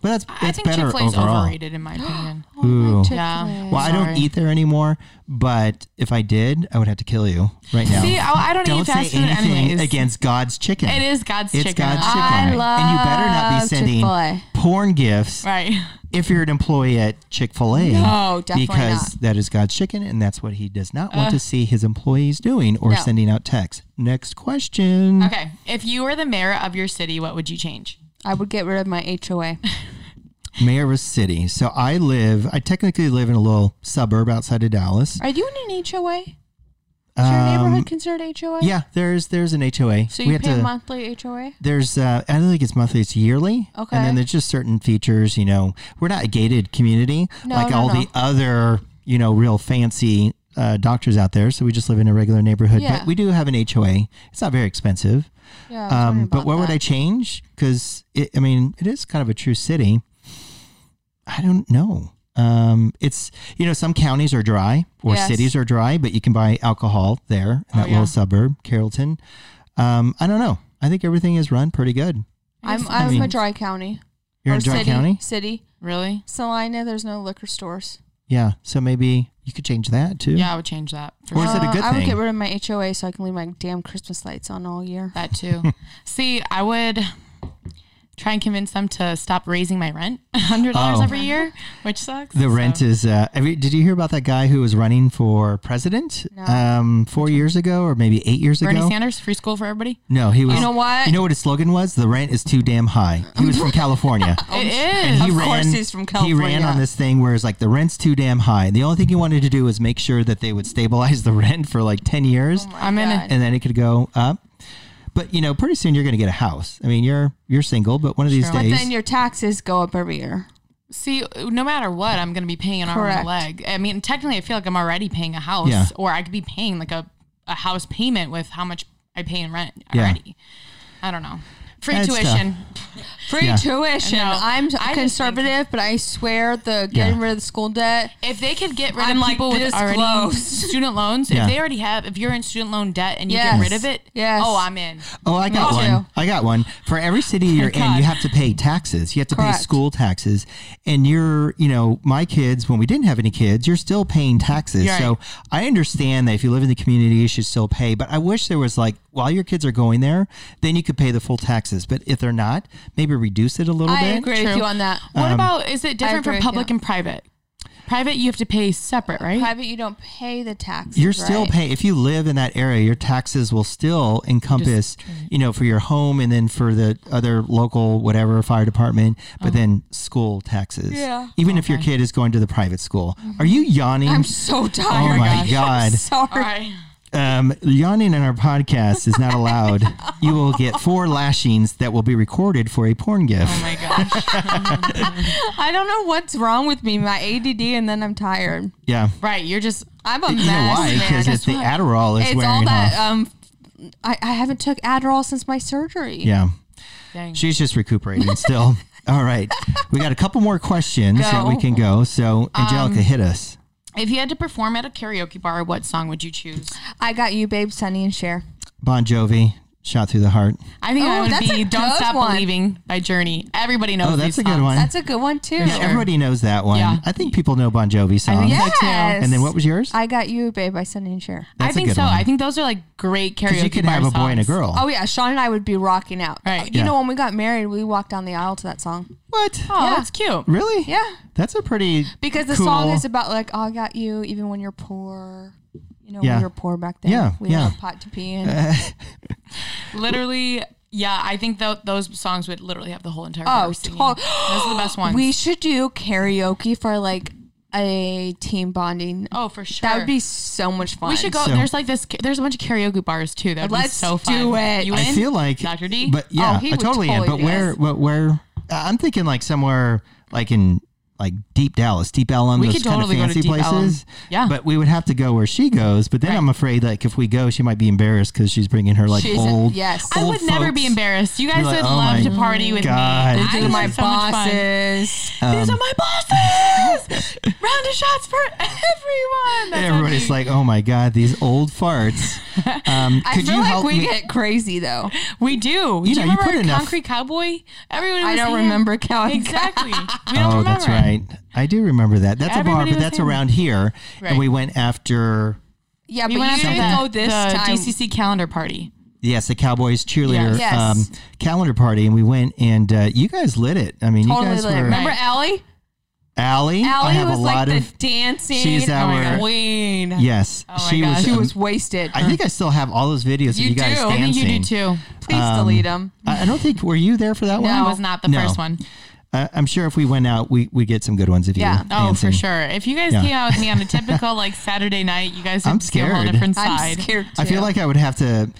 Speaker 1: but that's
Speaker 3: I
Speaker 1: that's
Speaker 3: think
Speaker 1: better
Speaker 3: Chick Fil A is
Speaker 1: overall.
Speaker 3: overrated in <gasps> my opinion.
Speaker 1: Ooh.
Speaker 3: Yeah.
Speaker 1: Well, I don't
Speaker 3: Sorry.
Speaker 1: eat there anymore. But if I did, I would have to kill you right now.
Speaker 3: See, I, I don't,
Speaker 1: don't
Speaker 3: eat
Speaker 1: say
Speaker 3: fast food
Speaker 1: anything
Speaker 3: anyways.
Speaker 1: against God's chicken.
Speaker 3: It is God's
Speaker 1: It's
Speaker 3: chicken.
Speaker 1: God's chicken,
Speaker 2: I love
Speaker 1: and you better not be sending
Speaker 2: Chick-fil-A.
Speaker 1: porn gifts
Speaker 3: <laughs> Right.
Speaker 1: if you're an employee at Chick Fil A.
Speaker 2: No, Oh, definitely
Speaker 1: because
Speaker 2: not.
Speaker 1: that is God's chicken, and that's what He does not want to see His employees doing or
Speaker 2: No.
Speaker 1: sending out texts. Next question.
Speaker 3: Okay. If you were the mayor of your city, what would you change?
Speaker 2: I would get rid of my HOA.
Speaker 1: Mayor of a city. So I live. I technically live in a little suburb outside of Dallas. Um,
Speaker 2: Are you in an HOA? Is your neighborhood considered HOA?
Speaker 1: Yeah, there's there's an HOA.
Speaker 2: So you pay a monthly HOA?
Speaker 1: There's, uh, I don't think it's monthly, it's yearly.
Speaker 2: Okay.
Speaker 1: And then there's just certain features, you know, we're not a gated community
Speaker 2: No,
Speaker 1: like
Speaker 2: no,
Speaker 1: all the
Speaker 2: no.
Speaker 1: other, you know, real fancy uh, doctors out there. So we just live in a regular neighborhood,
Speaker 2: Yeah.
Speaker 1: but we do have an HOA. It's not very expensive.
Speaker 2: Yeah. I was
Speaker 1: Um,
Speaker 2: wondering
Speaker 1: but
Speaker 2: Oh, about
Speaker 1: what would
Speaker 2: that.
Speaker 1: I change? Because, I mean, it is kind of a true city. I don't know. Um, it's, you know, some counties are dry or
Speaker 2: Yes. Oh,
Speaker 1: cities are dry, but you can buy alcohol there in that
Speaker 3: yeah.
Speaker 1: little suburb, Carrollton. Um, I don't know. I think everything is run pretty good.
Speaker 2: I'm,
Speaker 1: I
Speaker 2: I'm
Speaker 1: mean-
Speaker 2: a dry county.
Speaker 1: You're in
Speaker 2: Or
Speaker 1: Dry
Speaker 2: city,
Speaker 1: County?
Speaker 2: City.
Speaker 3: Really?
Speaker 2: Salina, there's no liquor stores.
Speaker 1: Yeah. So maybe you could change that too.
Speaker 3: Yeah, I would change that. For
Speaker 1: Or is it a
Speaker 2: Uh,
Speaker 1: good
Speaker 2: I would
Speaker 1: thing?
Speaker 2: get rid of my HOA
Speaker 1: <laughs>
Speaker 2: so I can leave my damn Christmas lights on all year.
Speaker 3: That too. See, I would. try and convince them to stop raising my rent <laughs> $100
Speaker 1: Oh.
Speaker 3: every year, which sucks.
Speaker 1: The rent is. Uh, have you- did you hear about that guy who was running for president um, four years ago, or maybe eight years
Speaker 3: Bernie
Speaker 1: ago?
Speaker 3: Sanders, free school for everybody.
Speaker 1: No, he was.
Speaker 2: know what?
Speaker 1: You know what his slogan was? The rent is too damn high. He was from California.
Speaker 3: It
Speaker 1: Oh, And
Speaker 3: is.
Speaker 1: he
Speaker 2: <laughs> Of
Speaker 1: ran,
Speaker 2: course he's from
Speaker 1: He ran
Speaker 2: California.
Speaker 1: on this thing where it's like the rent's too damn high. The only thing he wanted to do was make sure that they would stabilize <laughs> the rent for like 10 years
Speaker 3: I'm in
Speaker 2: God.
Speaker 3: it.
Speaker 1: and then it could go up. But you know, pretty soon you're going to get a house. I mean, you're you're single, but one of these
Speaker 3: Sure.
Speaker 1: days
Speaker 2: Then your taxes go up every year.
Speaker 3: See, no matter what, I'm going to be paying an arm and
Speaker 2: Correct.
Speaker 3: a leg. I mean, technically, I feel like I'm already paying a house,
Speaker 1: Yeah.
Speaker 3: or I could be paying like a, a house payment with how much I pay in rent
Speaker 1: Yeah.
Speaker 3: already. I don't know. Free
Speaker 1: That's
Speaker 3: tuition.
Speaker 2: Free
Speaker 1: Yeah.
Speaker 2: tuition.
Speaker 3: No,
Speaker 2: I'm
Speaker 3: I just
Speaker 2: conservative, but I swear the getting
Speaker 1: Yeah.
Speaker 2: rid of the school debt.
Speaker 3: If they could get rid
Speaker 2: I'm,
Speaker 3: of
Speaker 2: like,
Speaker 3: people with
Speaker 2: this
Speaker 3: already
Speaker 2: close.
Speaker 3: <laughs> student loans,
Speaker 1: Yeah.
Speaker 3: if they already have, if you're in student loan debt and you
Speaker 2: Yes.
Speaker 3: get rid of it,
Speaker 2: Yes.
Speaker 3: oh, I'm in.
Speaker 1: Oh, I got
Speaker 2: Me
Speaker 1: one.
Speaker 2: too.
Speaker 1: I got one. For every city you're in, you have to pay taxes. You have to
Speaker 2: Correct.
Speaker 1: pay school taxes. And you're, you know, my kids, when we didn't have any kids, you're still paying taxes.
Speaker 3: Right.
Speaker 1: So I understand that if you live in the community, you should still pay. But I wish there was like, while your kids are going there, then you could pay the full taxes. But if they're not, maybe reduce it a little
Speaker 2: I
Speaker 1: bit.
Speaker 2: agree with
Speaker 3: True.
Speaker 2: you on that.
Speaker 3: What about, is it different for
Speaker 2: agree,
Speaker 3: public
Speaker 2: yeah.
Speaker 3: and private? Private, you have to pay separate, right?
Speaker 2: Private, you don't pay the taxes.
Speaker 1: You're still
Speaker 2: right?
Speaker 1: paying. If you live in that area, your taxes will still encompass, you know, for your home and then for the other local whatever fire department, but then school taxes.
Speaker 2: Uh-huh. Yeah. Mm-hmm.
Speaker 1: Even if your kid is going to the private school. Are you yawning?
Speaker 2: I'm so
Speaker 1: oh
Speaker 2: tired.
Speaker 1: my god.
Speaker 2: <laughs> I'm sorry.
Speaker 3: All right.
Speaker 1: <laughs> Um, yawning in our podcast is not
Speaker 2: <laughs>
Speaker 1: allowed. <laughs> you will get four lashings that will be recorded for a porn gif.
Speaker 3: Oh <laughs> my gosh.
Speaker 2: I don't know what's wrong with me. My ADD, and then I'm tired.
Speaker 1: yeah.
Speaker 3: right. You're just,
Speaker 2: I'm a
Speaker 1: You
Speaker 2: mess.
Speaker 1: know why?
Speaker 2: man.
Speaker 1: Because it's the Adderall is
Speaker 2: It's
Speaker 1: wearing
Speaker 2: all that.
Speaker 1: off.
Speaker 2: Um, I, I haven't took Adderall since my surgery.
Speaker 1: yeah.
Speaker 3: dang.
Speaker 1: She's just recuperating
Speaker 2: <laughs>
Speaker 1: still. All right. We got a couple more questions that we
Speaker 2: Go.
Speaker 1: can go. So, Angelica,
Speaker 2: Um,
Speaker 1: hit us.
Speaker 3: If you had to perform at a karaoke bar, what song would you choose?
Speaker 2: I got you, babe, Sunny and Cher.
Speaker 1: Bon Jovi, Shot Through the Heart.
Speaker 3: I think
Speaker 2: Oh,
Speaker 3: I would
Speaker 2: that's
Speaker 3: be
Speaker 2: a
Speaker 3: "Don't
Speaker 2: good
Speaker 3: Stop
Speaker 2: one.
Speaker 3: Believing" by Journey. Everybody knows.
Speaker 1: Oh, that's
Speaker 3: these
Speaker 1: a good
Speaker 3: songs.
Speaker 1: one.
Speaker 2: That's a good one too.
Speaker 1: Yeah, everybody knows that one.
Speaker 3: Yeah.
Speaker 1: I think people know Bon Jovi songs.
Speaker 3: so.
Speaker 2: Yes.
Speaker 3: too.
Speaker 1: And then what was yours?
Speaker 2: I got you, babe, by Sunny and Cher.
Speaker 1: That's
Speaker 3: I
Speaker 1: a
Speaker 3: think
Speaker 1: good
Speaker 3: so.
Speaker 1: one.
Speaker 3: I think those are like great karaoke.
Speaker 1: you could
Speaker 3: bar
Speaker 1: have a boy and a
Speaker 3: songs.
Speaker 1: girl.
Speaker 2: Oh yeah, Sean and I would be rocking out.
Speaker 3: Right.
Speaker 2: You
Speaker 1: Yeah.
Speaker 2: know, when we got married, we walked down the aisle to that song.
Speaker 1: what?
Speaker 3: Oh,
Speaker 2: Yeah.
Speaker 3: that's cute.
Speaker 1: Really?
Speaker 2: Yeah.
Speaker 1: That's a pretty
Speaker 2: Because the
Speaker 1: cool-
Speaker 2: song is about like, oh, I got you, even when you're poor. You know,
Speaker 1: Yeah.
Speaker 2: when you're poor back then.
Speaker 1: Yeah,
Speaker 2: We didn't
Speaker 1: yeah. Uh,
Speaker 2: have a pot to pee in.
Speaker 3: Literally, yeah. I think tho- those songs would literally have the whole entire.
Speaker 2: Oh,
Speaker 3: bar singing.
Speaker 2: tot-
Speaker 3: those are the best <gasps>
Speaker 2: <gasps>
Speaker 3: ones.
Speaker 2: we should do karaoke for like a team bonding.
Speaker 3: oh, for sure.
Speaker 2: That would be so much fun.
Speaker 3: We should go.
Speaker 1: So-
Speaker 3: there's like this. There's a bunch of karaoke bars too. That would
Speaker 2: Let's
Speaker 3: be so fun.
Speaker 2: do it.
Speaker 3: You
Speaker 1: I
Speaker 3: in?
Speaker 1: feel like
Speaker 3: Dr. D? Oh,
Speaker 1: But yeah,
Speaker 2: he
Speaker 1: I
Speaker 2: would
Speaker 1: totally, am. But
Speaker 2: totally do
Speaker 1: where,
Speaker 2: this.
Speaker 1: what, where? I'm thinking like somewhere like in like deep Dallas, deep Ellum,
Speaker 3: We
Speaker 1: those
Speaker 3: could
Speaker 1: kind
Speaker 3: totally
Speaker 1: of
Speaker 3: go to
Speaker 1: fancy
Speaker 3: Deep Ellum.
Speaker 1: places.
Speaker 3: Yeah.
Speaker 1: but we would have to go where she goes. But then I'm afraid like if we go, she might be embarrassed because she's bringing her like
Speaker 2: She's a-
Speaker 1: old.
Speaker 2: yes. I
Speaker 3: I
Speaker 1: old
Speaker 3: would never
Speaker 1: folks.
Speaker 3: be embarrassed. You guys
Speaker 1: You're like,
Speaker 3: would
Speaker 1: "Oh my
Speaker 3: love to party with
Speaker 1: God, Um,
Speaker 3: me.
Speaker 1: this
Speaker 3: I
Speaker 2: do
Speaker 3: would
Speaker 2: my
Speaker 3: have so much fun.
Speaker 2: bosses.
Speaker 3: These are my
Speaker 1: <laughs>
Speaker 3: bosses. Round of shots for everyone. That's
Speaker 1: Everybody's like, oh my god, these old
Speaker 3: <laughs>
Speaker 1: farts. Um,
Speaker 2: I
Speaker 1: could
Speaker 2: feel
Speaker 1: you
Speaker 2: like
Speaker 1: help
Speaker 2: we
Speaker 1: me?
Speaker 2: get crazy though.
Speaker 3: we do. do
Speaker 1: know,
Speaker 3: you
Speaker 1: you
Speaker 3: remember
Speaker 1: put enough-
Speaker 3: Concrete Cowboy? Everyone.
Speaker 2: I
Speaker 3: was
Speaker 2: don't
Speaker 3: here.
Speaker 2: remember Cal.
Speaker 3: <laughs> Exactly. We don't
Speaker 1: Oh,
Speaker 3: remember.
Speaker 1: that's
Speaker 3: it.
Speaker 1: right. I do remember that. That's a
Speaker 3: Everybody
Speaker 1: bar, but
Speaker 3: was
Speaker 1: that's
Speaker 3: here.
Speaker 1: around here. And
Speaker 3: Right.
Speaker 1: we went after
Speaker 2: <laughs> Yeah,
Speaker 3: We
Speaker 2: but
Speaker 3: went
Speaker 2: you
Speaker 3: after
Speaker 2: didn't
Speaker 3: the,
Speaker 2: go this
Speaker 3: the
Speaker 2: time.
Speaker 3: DCC calendar party.
Speaker 1: Yes, the Cowboys cheerleader um,
Speaker 3: Yes.
Speaker 2: Yes.
Speaker 1: calendar party, and we went, and uh, you guys lit it. I mean,
Speaker 2: Totally
Speaker 1: you guys
Speaker 2: lit.
Speaker 1: were
Speaker 2: Remember
Speaker 3: Right.
Speaker 2: Allie?
Speaker 1: Allie. I
Speaker 2: Allie
Speaker 1: have
Speaker 2: was
Speaker 1: a lot
Speaker 2: like
Speaker 1: of
Speaker 2: the dancing.
Speaker 1: she's
Speaker 3: Oh my
Speaker 1: our
Speaker 3: God. Queen.
Speaker 1: yes.
Speaker 3: Oh my
Speaker 1: she was.
Speaker 3: gosh.
Speaker 2: she
Speaker 1: um,
Speaker 2: was wasted.
Speaker 1: I think I still have all those videos
Speaker 3: You,
Speaker 1: of you
Speaker 3: do.
Speaker 1: guys
Speaker 3: I think
Speaker 1: dancing.
Speaker 3: you do too.
Speaker 2: Please
Speaker 1: um,
Speaker 2: delete them.
Speaker 1: I, I don't think were you there for that
Speaker 3: I
Speaker 1: one.
Speaker 3: was not the
Speaker 1: No.
Speaker 3: first one.
Speaker 1: I, I'm sure if we went out, we we get some good ones of
Speaker 2: Yeah.
Speaker 1: you.
Speaker 3: Oh,
Speaker 1: dancing.
Speaker 3: for sure. If you guys
Speaker 1: Yeah.
Speaker 3: came out with
Speaker 1: <laughs>
Speaker 3: me on a typical like Saturday night, you guys would
Speaker 1: I'm
Speaker 3: see a whole
Speaker 1: scared.
Speaker 3: different
Speaker 2: I'm
Speaker 3: side.
Speaker 2: scared. Too.
Speaker 1: I feel like I would have to.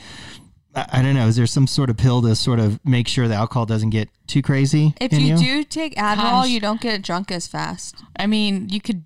Speaker 1: I, I don't know. Is there some sort of pill to sort of make sure the alcohol doesn't get too crazy?
Speaker 2: if
Speaker 1: in
Speaker 2: you,
Speaker 1: you
Speaker 2: do take Adderall,
Speaker 3: Gosh.
Speaker 2: you don't get drunk as fast.
Speaker 3: I mean, you could.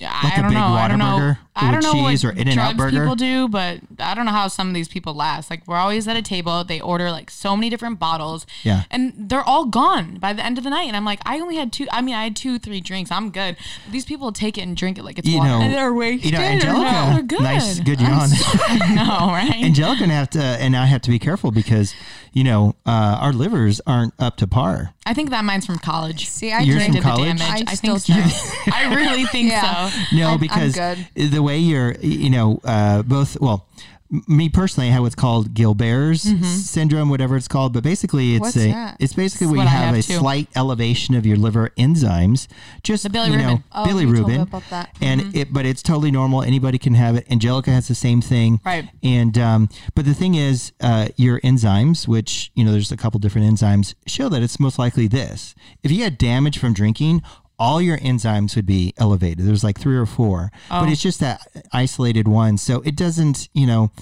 Speaker 3: I
Speaker 1: Like a
Speaker 3: don't
Speaker 1: big
Speaker 3: know. I don't know.
Speaker 1: Whataburger
Speaker 3: I
Speaker 1: with
Speaker 3: don't know
Speaker 1: cheese or
Speaker 3: what
Speaker 1: In-N-Out
Speaker 3: drugs
Speaker 1: burger?
Speaker 3: people do, but I don't know how some of these people last. Like we're always at a table. They order like so many different bottles.
Speaker 1: Yeah.
Speaker 3: And they're all gone by the end of the night. And I'm like, I only had two. I mean, I had two, three drinks. I'm good. these people take it and drink it like it's
Speaker 1: You
Speaker 3: water.
Speaker 1: know,
Speaker 3: <laughs>
Speaker 2: And they're
Speaker 1: you
Speaker 2: wasted
Speaker 1: know,
Speaker 2: or
Speaker 1: Angelica,
Speaker 3: no? We're
Speaker 1: nice,
Speaker 3: good.
Speaker 1: good
Speaker 3: I'm
Speaker 1: yawn. <laughs>
Speaker 3: no, right?
Speaker 1: Angelica gonna have to, and I have to be careful because, you know, uh, our livers aren't up to par.
Speaker 3: I think that mine's from college.
Speaker 2: See, I
Speaker 1: Yours
Speaker 3: They
Speaker 1: from
Speaker 2: drink.
Speaker 3: did the
Speaker 1: college?
Speaker 3: damage.
Speaker 2: I
Speaker 3: I,
Speaker 2: still
Speaker 3: think so. <laughs> I really think
Speaker 2: Yeah.
Speaker 3: so.
Speaker 1: No,
Speaker 2: I'm- I'm
Speaker 1: because
Speaker 2: good.
Speaker 1: the way you're, you know, uh, both. Well, m- me personally, I have what's called Gilbert's syndrome, whatever it's called. But basically, it's
Speaker 2: Mm-hmm. What's
Speaker 1: a
Speaker 2: that?
Speaker 1: it's basically
Speaker 3: It's
Speaker 1: where you
Speaker 3: what I
Speaker 1: have,
Speaker 3: have,
Speaker 1: a
Speaker 3: too.
Speaker 1: slight elevation of your liver enzymes. Just you know,
Speaker 3: bilirubin.
Speaker 2: Oh, you told me
Speaker 1: bilirubin,
Speaker 2: about that. Mm-hmm.
Speaker 1: and it, but it's totally normal. Anybody can have it. Angelica has the same thing,
Speaker 3: Right.
Speaker 1: And um, but the thing is, uh, your enzymes, which you know, there's a couple different enzymes, show that it's most likely this. If you had damage from drinking. All your enzymes would be elevated. There's like three or four, but
Speaker 2: Oh.
Speaker 1: it's just that isolated one. So it doesn't, you know,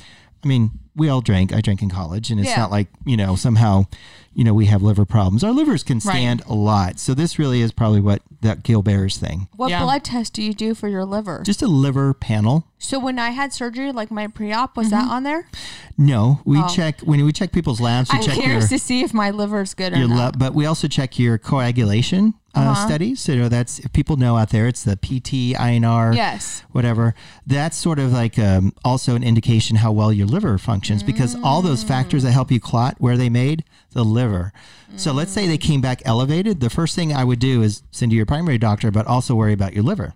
Speaker 1: I mean, we all drank. I drank in college, and it's
Speaker 2: Yeah.
Speaker 1: not like, you know, somehow, you know, we have liver problems. Our livers can
Speaker 3: Right.
Speaker 1: stand a lot. So this really is probably what that Gilbert's thing
Speaker 2: What
Speaker 3: Yeah.
Speaker 2: blood test do you do for your liver?
Speaker 1: just a liver panel.
Speaker 2: so when I had surgery, like my pre-op, was
Speaker 1: Mm-hmm.
Speaker 2: that on there?
Speaker 1: No, we
Speaker 2: Oh.
Speaker 1: check when we check people's labs. We
Speaker 2: I'm
Speaker 1: check
Speaker 2: curious
Speaker 1: your
Speaker 2: to see if my liver's good or
Speaker 1: your
Speaker 2: not.
Speaker 1: lab, but we also check your coagulation uh,
Speaker 2: Uh-huh.
Speaker 1: studies. So that's if people know out there, it's the PT, INR,
Speaker 2: Yes.
Speaker 1: whatever. That's sort of like um, also an indication how well your liver functions because all those factors that help you clot, where are they made? The liver. So let's say they came back elevated. The first thing I would do is send to your primary doctor, but also worry about your liver.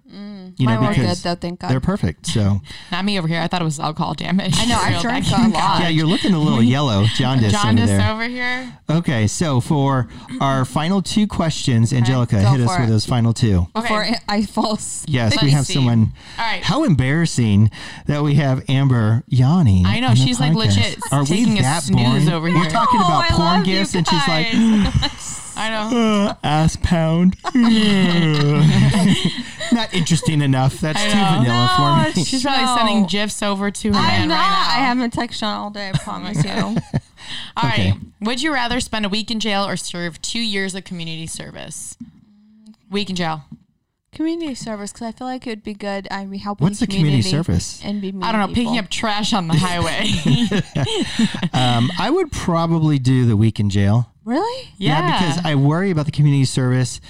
Speaker 1: You
Speaker 2: Mine
Speaker 1: know,
Speaker 2: were good
Speaker 1: because
Speaker 2: though, thank God.
Speaker 1: they're perfect.
Speaker 2: <laughs>
Speaker 1: So
Speaker 3: Not me over here. I thought it was alcohol damage.
Speaker 2: I know, I
Speaker 3: <laughs> Real
Speaker 2: drank
Speaker 3: bad.
Speaker 2: a lot.
Speaker 1: yeah, you're looking a
Speaker 2: <laughs>
Speaker 1: little yellow, jaundice, over
Speaker 3: Jaundice
Speaker 1: there.
Speaker 3: over here.
Speaker 1: Okay, so for our final two questions, Angelica,
Speaker 2: go
Speaker 1: hit us
Speaker 2: for
Speaker 1: with
Speaker 2: it.
Speaker 1: those final two.
Speaker 2: Before
Speaker 3: Okay.
Speaker 2: I, I fall asleep.
Speaker 1: Yes,
Speaker 3: Let
Speaker 1: we
Speaker 3: me
Speaker 1: have
Speaker 3: see.
Speaker 1: someone.
Speaker 3: All right.
Speaker 1: How embarrassing that we have Amber yawning.
Speaker 3: I know,
Speaker 1: on the
Speaker 3: she's, like,
Speaker 1: podcast.
Speaker 3: legit
Speaker 1: Are we
Speaker 3: taking a
Speaker 1: that
Speaker 3: snooze
Speaker 1: boring?
Speaker 3: over
Speaker 1: We're
Speaker 3: here. Oh,
Speaker 1: talking
Speaker 2: No,
Speaker 1: about
Speaker 2: Oh, I
Speaker 1: porn
Speaker 2: love you
Speaker 1: gifts, and she's like,
Speaker 3: I
Speaker 1: <laughs>
Speaker 3: know.
Speaker 1: uh, ass
Speaker 3: <laughs>
Speaker 1: pound. <laughs> Not interesting enough. That's too
Speaker 3: know.
Speaker 1: vanilla for me.
Speaker 3: She's probably
Speaker 2: No.
Speaker 3: sending gifs over to her
Speaker 2: I'm
Speaker 3: man
Speaker 2: not. I
Speaker 3: right
Speaker 2: haven't texted Sean all day. I promise
Speaker 1: <laughs>
Speaker 2: you.
Speaker 3: now. All right.
Speaker 1: Okay.
Speaker 3: Would you rather spend a week in jail or serve two years of community service? Week in jail.
Speaker 2: community service, because I feel like it would be good. I'd be helping.
Speaker 1: What's the community service?
Speaker 2: And be
Speaker 3: I don't know. Picking up trash
Speaker 1: <laughs>
Speaker 3: on the highway. yeah.
Speaker 1: Um, I would probably do the week in jail.
Speaker 2: Really?
Speaker 1: because I worry about the community service.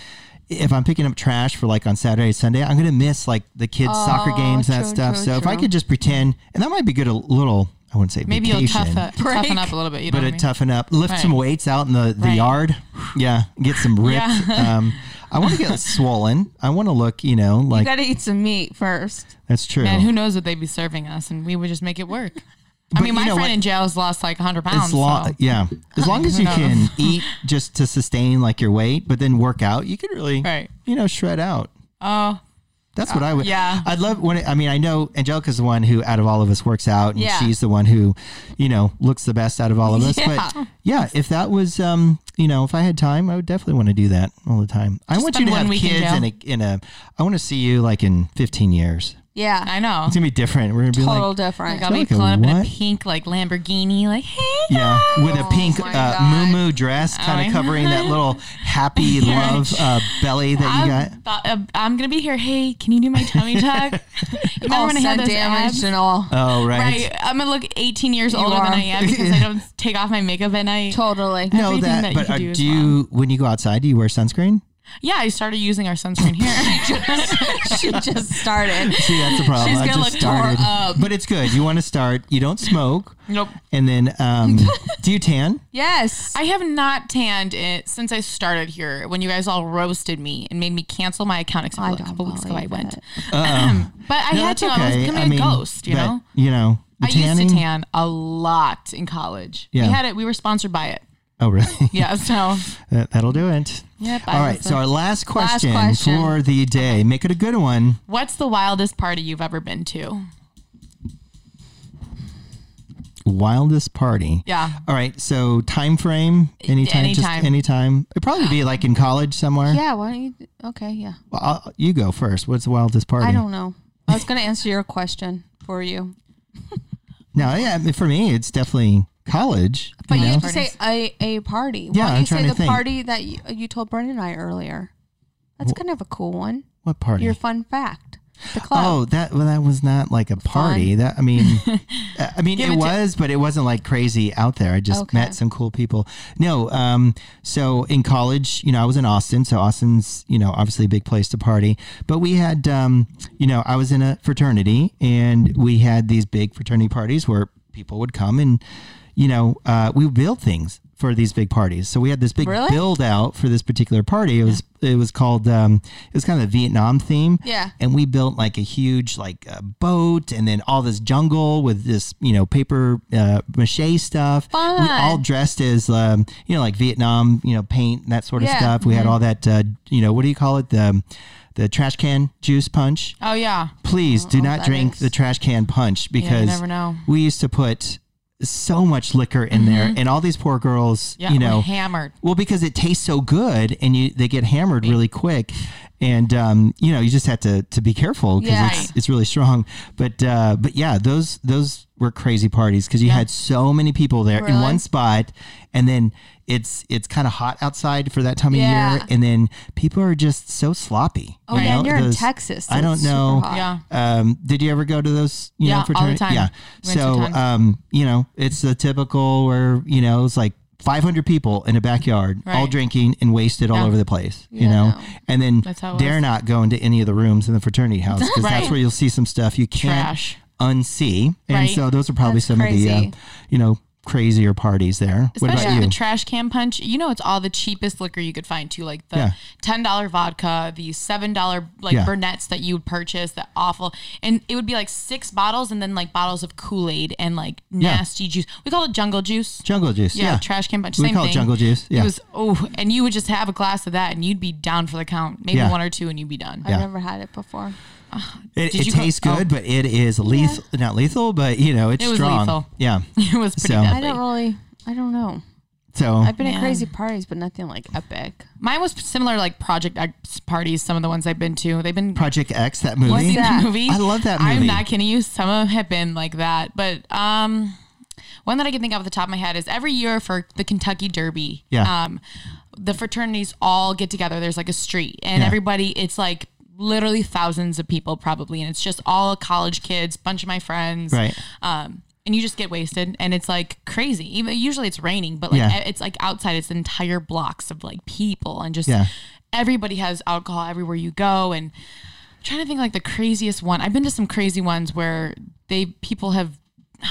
Speaker 1: If I'm picking up trash for like on Saturday, Sunday, I'm gonna miss like the kids' soccer
Speaker 2: Oh,
Speaker 1: games and that
Speaker 2: true,
Speaker 1: stuff.
Speaker 2: true,
Speaker 1: so if I
Speaker 2: true.
Speaker 1: could just pretend, and that might be good a little. I wouldn't say
Speaker 3: Maybe you'll
Speaker 1: vacation,
Speaker 3: tough, uh,
Speaker 2: Break.
Speaker 3: toughen up a little bit. You know
Speaker 1: but
Speaker 3: what I
Speaker 1: it
Speaker 3: mean?
Speaker 1: toughen up. Lift some
Speaker 3: Right.
Speaker 1: weights out in the, the
Speaker 3: Right.
Speaker 1: yard. Yeah, get some ripped.
Speaker 3: Yeah. <laughs>
Speaker 1: Um, I want to get swollen. I want to look, you know,
Speaker 2: You
Speaker 1: like
Speaker 2: gotta eat some meat first.
Speaker 1: that's true.
Speaker 3: Man, who knows what they'd be serving us, and we would just make it work. I
Speaker 1: But
Speaker 3: mean,
Speaker 1: you
Speaker 3: my
Speaker 1: know
Speaker 3: friend
Speaker 1: what?
Speaker 3: in jail has lost like 100 pounds.
Speaker 1: as long,
Speaker 3: so-
Speaker 1: yeah, as long as
Speaker 3: <laughs> Who
Speaker 1: you
Speaker 3: knows?
Speaker 1: can eat just to sustain like your weight, but then work out, you could really,
Speaker 3: Right.
Speaker 1: you know, shred out.
Speaker 3: Oh,
Speaker 1: That's what I would.
Speaker 3: yeah.
Speaker 1: I'd love when I mean I know Angelica's the one who out of all of us works out, and
Speaker 2: Yeah.
Speaker 1: she's the one who, you know, looks the best out of all of
Speaker 3: <laughs>
Speaker 1: us.
Speaker 2: Yeah.
Speaker 1: But yeah, if that was, um, you know, if I had time, I would definitely want to do that all the time. I want you
Speaker 3: spend
Speaker 1: to
Speaker 3: one
Speaker 1: have
Speaker 3: week in
Speaker 1: kids
Speaker 3: jail.
Speaker 1: in a, in a. I want to see you like in 15 years.
Speaker 2: Yeah.
Speaker 3: I know.
Speaker 1: It's gonna be different. We're gonna be
Speaker 2: Total
Speaker 1: like,
Speaker 2: different.
Speaker 3: Like, I'll be
Speaker 1: Angelica,
Speaker 3: pulling up in a
Speaker 1: what?
Speaker 3: pink like Lamborghini, like hey.
Speaker 1: yeah, with a pink
Speaker 2: my
Speaker 1: uh,
Speaker 2: God.
Speaker 1: moo moo dress, kind
Speaker 3: Oh I
Speaker 1: of covering that little happy
Speaker 3: <laughs> Yeah.
Speaker 1: love uh, belly that you got.
Speaker 3: I'm, thought- uh, I'm gonna be here. Hey, can you do my tummy tuck? you remember
Speaker 2: All
Speaker 3: when I had
Speaker 2: sun
Speaker 3: those
Speaker 2: damaged
Speaker 3: abs?
Speaker 2: and all.
Speaker 1: Oh
Speaker 3: Right, I'm gonna look 18 years older
Speaker 2: are.
Speaker 3: than I am because I don't take off my makeup at night.
Speaker 1: <laughs>
Speaker 2: Totally. <laughs>
Speaker 1: No,
Speaker 3: everything
Speaker 1: that,
Speaker 3: that you
Speaker 1: but
Speaker 3: could
Speaker 1: uh,
Speaker 3: do is
Speaker 1: do you when you go outside? Do you wear sunscreen?
Speaker 3: Yeah, I started using our sunscreen here. <laughs>
Speaker 2: she just
Speaker 1: <laughs>
Speaker 2: started.
Speaker 1: See, that's the problem.
Speaker 3: She's
Speaker 1: I
Speaker 3: gonna
Speaker 1: just
Speaker 3: look tore
Speaker 1: started,
Speaker 3: up.
Speaker 1: but it's good. You want to start. You don't smoke,
Speaker 3: nope.
Speaker 1: and then
Speaker 3: <laughs>
Speaker 1: um, do you tan?
Speaker 2: Yes.
Speaker 3: I have not tanned it since I started here when you guys all roasted me and made me cancel my account except
Speaker 2: I
Speaker 3: for a
Speaker 2: don't
Speaker 3: couple weeks ago I
Speaker 2: believe
Speaker 3: went.
Speaker 2: it.
Speaker 3: But I
Speaker 1: No,
Speaker 3: had
Speaker 1: that's
Speaker 3: to. I was
Speaker 1: okay.
Speaker 3: becoming a ghost, you
Speaker 1: but,
Speaker 3: know?
Speaker 1: You know, the
Speaker 3: I
Speaker 1: tanning.
Speaker 3: used to tan a lot in college.
Speaker 1: Yeah.
Speaker 3: We had it. We were sponsored by it.
Speaker 1: Oh, really?
Speaker 3: <laughs> Yeah. So
Speaker 1: that, <laughs> that'll do it.
Speaker 3: Yep, I
Speaker 1: All right.
Speaker 3: was a-
Speaker 1: So our last question,
Speaker 2: question.
Speaker 1: for the day. Make it a good one.
Speaker 3: What's the wildest party you've ever been to?
Speaker 1: Wildest party.
Speaker 3: Yeah.
Speaker 1: All right. So time frame. Anytime. Just
Speaker 3: Anytime.
Speaker 1: anytime. It'd probably be like in college somewhere.
Speaker 2: yeah. Why don't you? Okay. Yeah.
Speaker 1: Well, I'll, you go first. What's the wildest party?
Speaker 2: I don't know. I was gonna answer your question for you,
Speaker 1: No. Yeah. I mean, For me, it's definitely college.
Speaker 2: but you
Speaker 1: know?
Speaker 2: have to say a a
Speaker 1: Yeah,
Speaker 2: party. Why don't
Speaker 1: I'm
Speaker 2: you
Speaker 1: trying
Speaker 2: say
Speaker 1: to
Speaker 2: the
Speaker 1: think.
Speaker 2: party that you, you told Brent and I earlier? That's kind of a cool one.
Speaker 1: what party?
Speaker 2: Your fun fact. The club.
Speaker 1: Oh, that well, that was not like a party. That I
Speaker 2: <laughs>
Speaker 1: mean, uh, I mean, it,
Speaker 3: it to-
Speaker 1: was, but it wasn't like crazy out there. I just
Speaker 2: Okay.
Speaker 1: met some cool people. No, um, so in college, you know, I was in Austin, so Austin's you know obviously a big place to party. But we had, um, you know, I was in a fraternity, and we had these big fraternity parties where people would come and. You know, uh, we would build things. for these big parties. So we had this big
Speaker 2: Really?
Speaker 1: build out for this particular party. It was it was called um, it was kind of a Vietnam theme.
Speaker 2: Yeah.
Speaker 1: And we built like a huge like uh, boat and then all this jungle with this you know paper uh, mache stuff. We all
Speaker 2: Fun.
Speaker 1: dressed as um, you know like Vietnam you know paint and that sort of
Speaker 2: Yeah.
Speaker 1: stuff. We
Speaker 3: Mm-hmm.
Speaker 1: had all that uh, you know what do you call it the the trash can juice punch
Speaker 3: Oh yeah.
Speaker 1: please do
Speaker 2: know what
Speaker 1: not
Speaker 2: that
Speaker 1: drink
Speaker 2: is.
Speaker 1: the trash can punch
Speaker 3: you
Speaker 1: because
Speaker 3: never know.
Speaker 1: we used to put so much liquor in there and all these poor girls
Speaker 3: Mm-hmm. Yeah.
Speaker 1: you know
Speaker 3: hammered.
Speaker 1: well because it tastes so good and you they get hammered really quick and um, you know you just have to to be careful because
Speaker 2: Yeah.
Speaker 1: it's, it's really strong but uh, but yeah those those were crazy parties because you had so many people there in
Speaker 2: Really?
Speaker 1: one spot and then it's it's kind of hot outside for that time of
Speaker 2: Yeah.
Speaker 1: year and then people are just so sloppy
Speaker 2: Oh,
Speaker 1: you
Speaker 2: yeah,
Speaker 1: know,
Speaker 2: and you're in
Speaker 1: those-
Speaker 2: Texas. so
Speaker 1: I don't
Speaker 2: it's super
Speaker 1: know
Speaker 2: hot.
Speaker 3: Yeah.
Speaker 1: um, did you ever go to those? You
Speaker 3: Yeah,
Speaker 1: know,
Speaker 3: all the
Speaker 1: fraternity?
Speaker 3: time.
Speaker 1: Yeah.
Speaker 3: Went two
Speaker 1: So,
Speaker 3: times.
Speaker 1: um, you know, it's the typical where you know it's like 500 people in a backyard, all
Speaker 3: Right.
Speaker 1: drinking and wasted all
Speaker 3: Yeah.
Speaker 1: over the place. You
Speaker 2: Yeah,
Speaker 1: know,
Speaker 2: no.
Speaker 1: and then
Speaker 3: That's how it
Speaker 1: dare
Speaker 3: was.
Speaker 1: not go into any of the rooms in the
Speaker 3: <laughs>
Speaker 1: fraternity house because that's
Speaker 3: Right.
Speaker 1: where you'll see some stuff you can't
Speaker 3: Trash.
Speaker 1: unsee. And
Speaker 3: Right.
Speaker 1: so those are probably
Speaker 2: That's
Speaker 1: some of the, uh,
Speaker 2: crazy.
Speaker 1: you know, crazier parties there.
Speaker 3: Especially
Speaker 1: what about
Speaker 3: the
Speaker 1: you?
Speaker 3: trash can punch. You know, it's all the cheapest liquor you could find too, like the
Speaker 1: Yeah.
Speaker 3: ten dollar vodka, the seven dollar like
Speaker 1: Yeah.
Speaker 3: Burnett's that you would purchase, the awful, and it would be like six bottles, and then like bottles of Kool Aid and like nasty juice. We call it jungle juice.
Speaker 1: jungle juice.
Speaker 3: Yeah,
Speaker 1: Yeah.
Speaker 3: trash can punch.
Speaker 1: We
Speaker 3: same
Speaker 1: call it
Speaker 3: thing.
Speaker 1: jungle juice, yeah.
Speaker 3: It was oh, and you would just have a glass of that, and you'd be down for the count, maybe
Speaker 1: Yeah.
Speaker 3: one or two, and you'd be done.
Speaker 1: Yeah.
Speaker 2: I've never had it before.
Speaker 1: It,
Speaker 3: Did
Speaker 1: it
Speaker 3: you go-
Speaker 1: tastes
Speaker 3: oh.
Speaker 1: good, but it is lethal. Not lethal, but you know, it's
Speaker 3: It was
Speaker 1: strong.
Speaker 3: lethal. <laughs>
Speaker 1: Yeah.
Speaker 3: <laughs> It was pretty
Speaker 1: So- I
Speaker 2: I
Speaker 3: deadly.
Speaker 2: don't really. I don't know.
Speaker 1: So
Speaker 2: I've been at
Speaker 3: Man.
Speaker 2: crazy parties, but nothing like epic.
Speaker 3: Mine was similar, to, like Project X parties. Some of the ones I've been to, they've been
Speaker 1: Project X, that movie.
Speaker 3: I've seen
Speaker 2: that?
Speaker 1: <laughs>
Speaker 3: the movie.
Speaker 1: I love that movie.
Speaker 3: I'm not kidding you. Some of them have been like that, but um, one that I can think of off the top of my head is every year for the Kentucky Derby.
Speaker 1: Yeah.
Speaker 3: Um, the fraternities all get together. There's like a street, and
Speaker 1: Yeah.
Speaker 3: everybody. It's like literally thousands of people probably, and it's just all college kids, bunch of my friends.
Speaker 1: Right.
Speaker 3: Um. And you just get wasted, and it's like crazy. Even usually it's raining, but like e,
Speaker 1: Yeah.
Speaker 3: it's like outside. It's entire blocks of like people, and just
Speaker 1: Yeah.
Speaker 3: everybody has alcohol everywhere you go. And trying to think like the craziest one. I've been to some crazy ones where they people have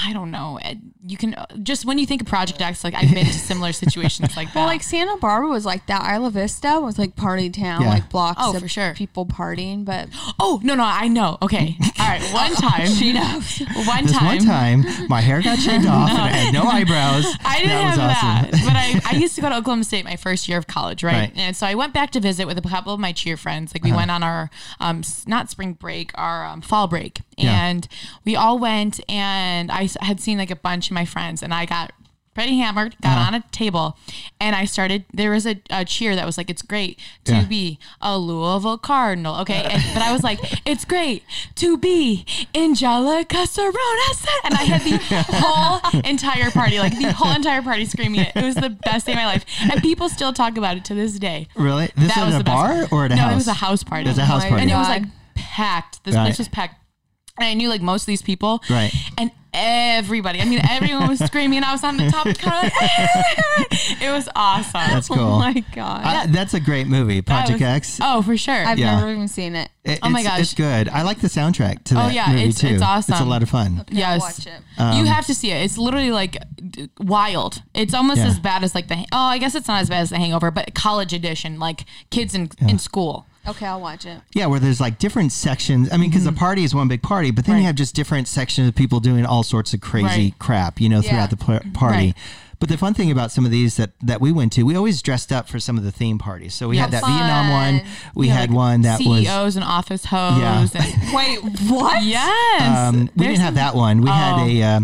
Speaker 3: I don't know. eh, You can just when you think of Project X, like I've been to similar situations like that.
Speaker 2: <laughs> Well, like Santa Barbara was like that. Isla Vista was like party town,
Speaker 1: Yeah.
Speaker 2: like blocks
Speaker 3: Oh,
Speaker 2: of
Speaker 3: for sure.
Speaker 2: people partying. But
Speaker 3: oh no no I know. Okay, all right.
Speaker 2: <laughs>
Speaker 3: One time she
Speaker 2: knows.
Speaker 3: One
Speaker 1: This
Speaker 3: time.
Speaker 1: one time, my hair got
Speaker 3: <laughs>
Speaker 1: shaved off and I had no eyebrows.
Speaker 3: I didn't
Speaker 1: that
Speaker 3: have
Speaker 1: was awesome. <laughs>
Speaker 3: that, but I, I used to go to Oklahoma State my first year of college, right?
Speaker 1: Right. Uh-huh.
Speaker 3: And so I went back to visit with a couple of my cheer friends. Like we went on our um, s- not spring break, our um, fall break,
Speaker 1: Yeah.
Speaker 3: and we all went. And I s- had seen like a bunch of my friends, and I got pretty hammered, got
Speaker 1: Uh-huh.
Speaker 3: on a table, and I started. There was a, a cheer that was like, "It's great to
Speaker 1: Yeah.
Speaker 3: be a Louisville Cardinal," okay? And, but I was
Speaker 1: <laughs>
Speaker 3: like, "It's great to be in Jala Casaronas," and I had the whole entire party, like the whole entire party, screaming it. It was the best day of my life, and people still talk about it to this day.
Speaker 1: Really? This
Speaker 3: That
Speaker 1: was
Speaker 3: was
Speaker 1: at a
Speaker 3: the best
Speaker 1: bar
Speaker 3: part.
Speaker 1: or at a
Speaker 3: no,
Speaker 1: house?
Speaker 3: it was a house party.
Speaker 1: It was a house
Speaker 2: my
Speaker 1: party.
Speaker 3: And it was
Speaker 2: God.
Speaker 3: like packed. This
Speaker 1: Right.
Speaker 3: place was packed. And I knew like most of these people.
Speaker 1: Right.
Speaker 3: And everybody, I mean, everyone was screaming. I was on the top, kind of like, it was awesome. <laughs>
Speaker 1: That's cool.
Speaker 2: oh my god,
Speaker 1: I- that's a great movie,
Speaker 3: That
Speaker 1: Project
Speaker 3: was-
Speaker 1: X.
Speaker 3: Oh, for sure.
Speaker 2: I've
Speaker 1: yeah.
Speaker 2: never even seen it.
Speaker 1: It-
Speaker 3: oh my
Speaker 1: it's- It's
Speaker 3: gosh. Oh,
Speaker 1: good. I like the soundtrack to that
Speaker 3: yeah,
Speaker 1: movie
Speaker 3: it's-
Speaker 1: too.
Speaker 3: it's
Speaker 1: It's a
Speaker 3: awesome.
Speaker 1: lot of fun.
Speaker 2: Yeah,
Speaker 3: yes.
Speaker 2: watch it.
Speaker 1: um
Speaker 3: you have to see it. It's literally like d- wild. It's almost
Speaker 1: Yeah.
Speaker 3: as bad as like the, oh, I guess it's not as bad as the hangover, but college edition, like kids in, in school.
Speaker 2: Okay, I'll watch it.
Speaker 1: Yeah, where there's like different sections. I mean, because the party is one big party, but then you
Speaker 3: Mm-hmm. Right.
Speaker 1: have just different sections of people doing all sorts of crazy
Speaker 3: Right.
Speaker 1: crap, you know,
Speaker 2: Yeah.
Speaker 1: throughout the par- party.
Speaker 3: Right.
Speaker 1: But the fun thing about some of these that, that we went to, we always dressed up for some of the theme parties. So we had
Speaker 2: Yeah.
Speaker 1: that Vietnam
Speaker 2: Fun.
Speaker 1: one. We
Speaker 3: Yeah,
Speaker 1: had
Speaker 3: like E
Speaker 1: one that was
Speaker 3: CEOs and office hoes.
Speaker 1: Yeah. <laughs>
Speaker 3: And,
Speaker 2: Wait, what?
Speaker 3: yes.
Speaker 1: Um, we
Speaker 3: There's
Speaker 1: didn't have that one. We had
Speaker 3: Oh.
Speaker 1: a, uh,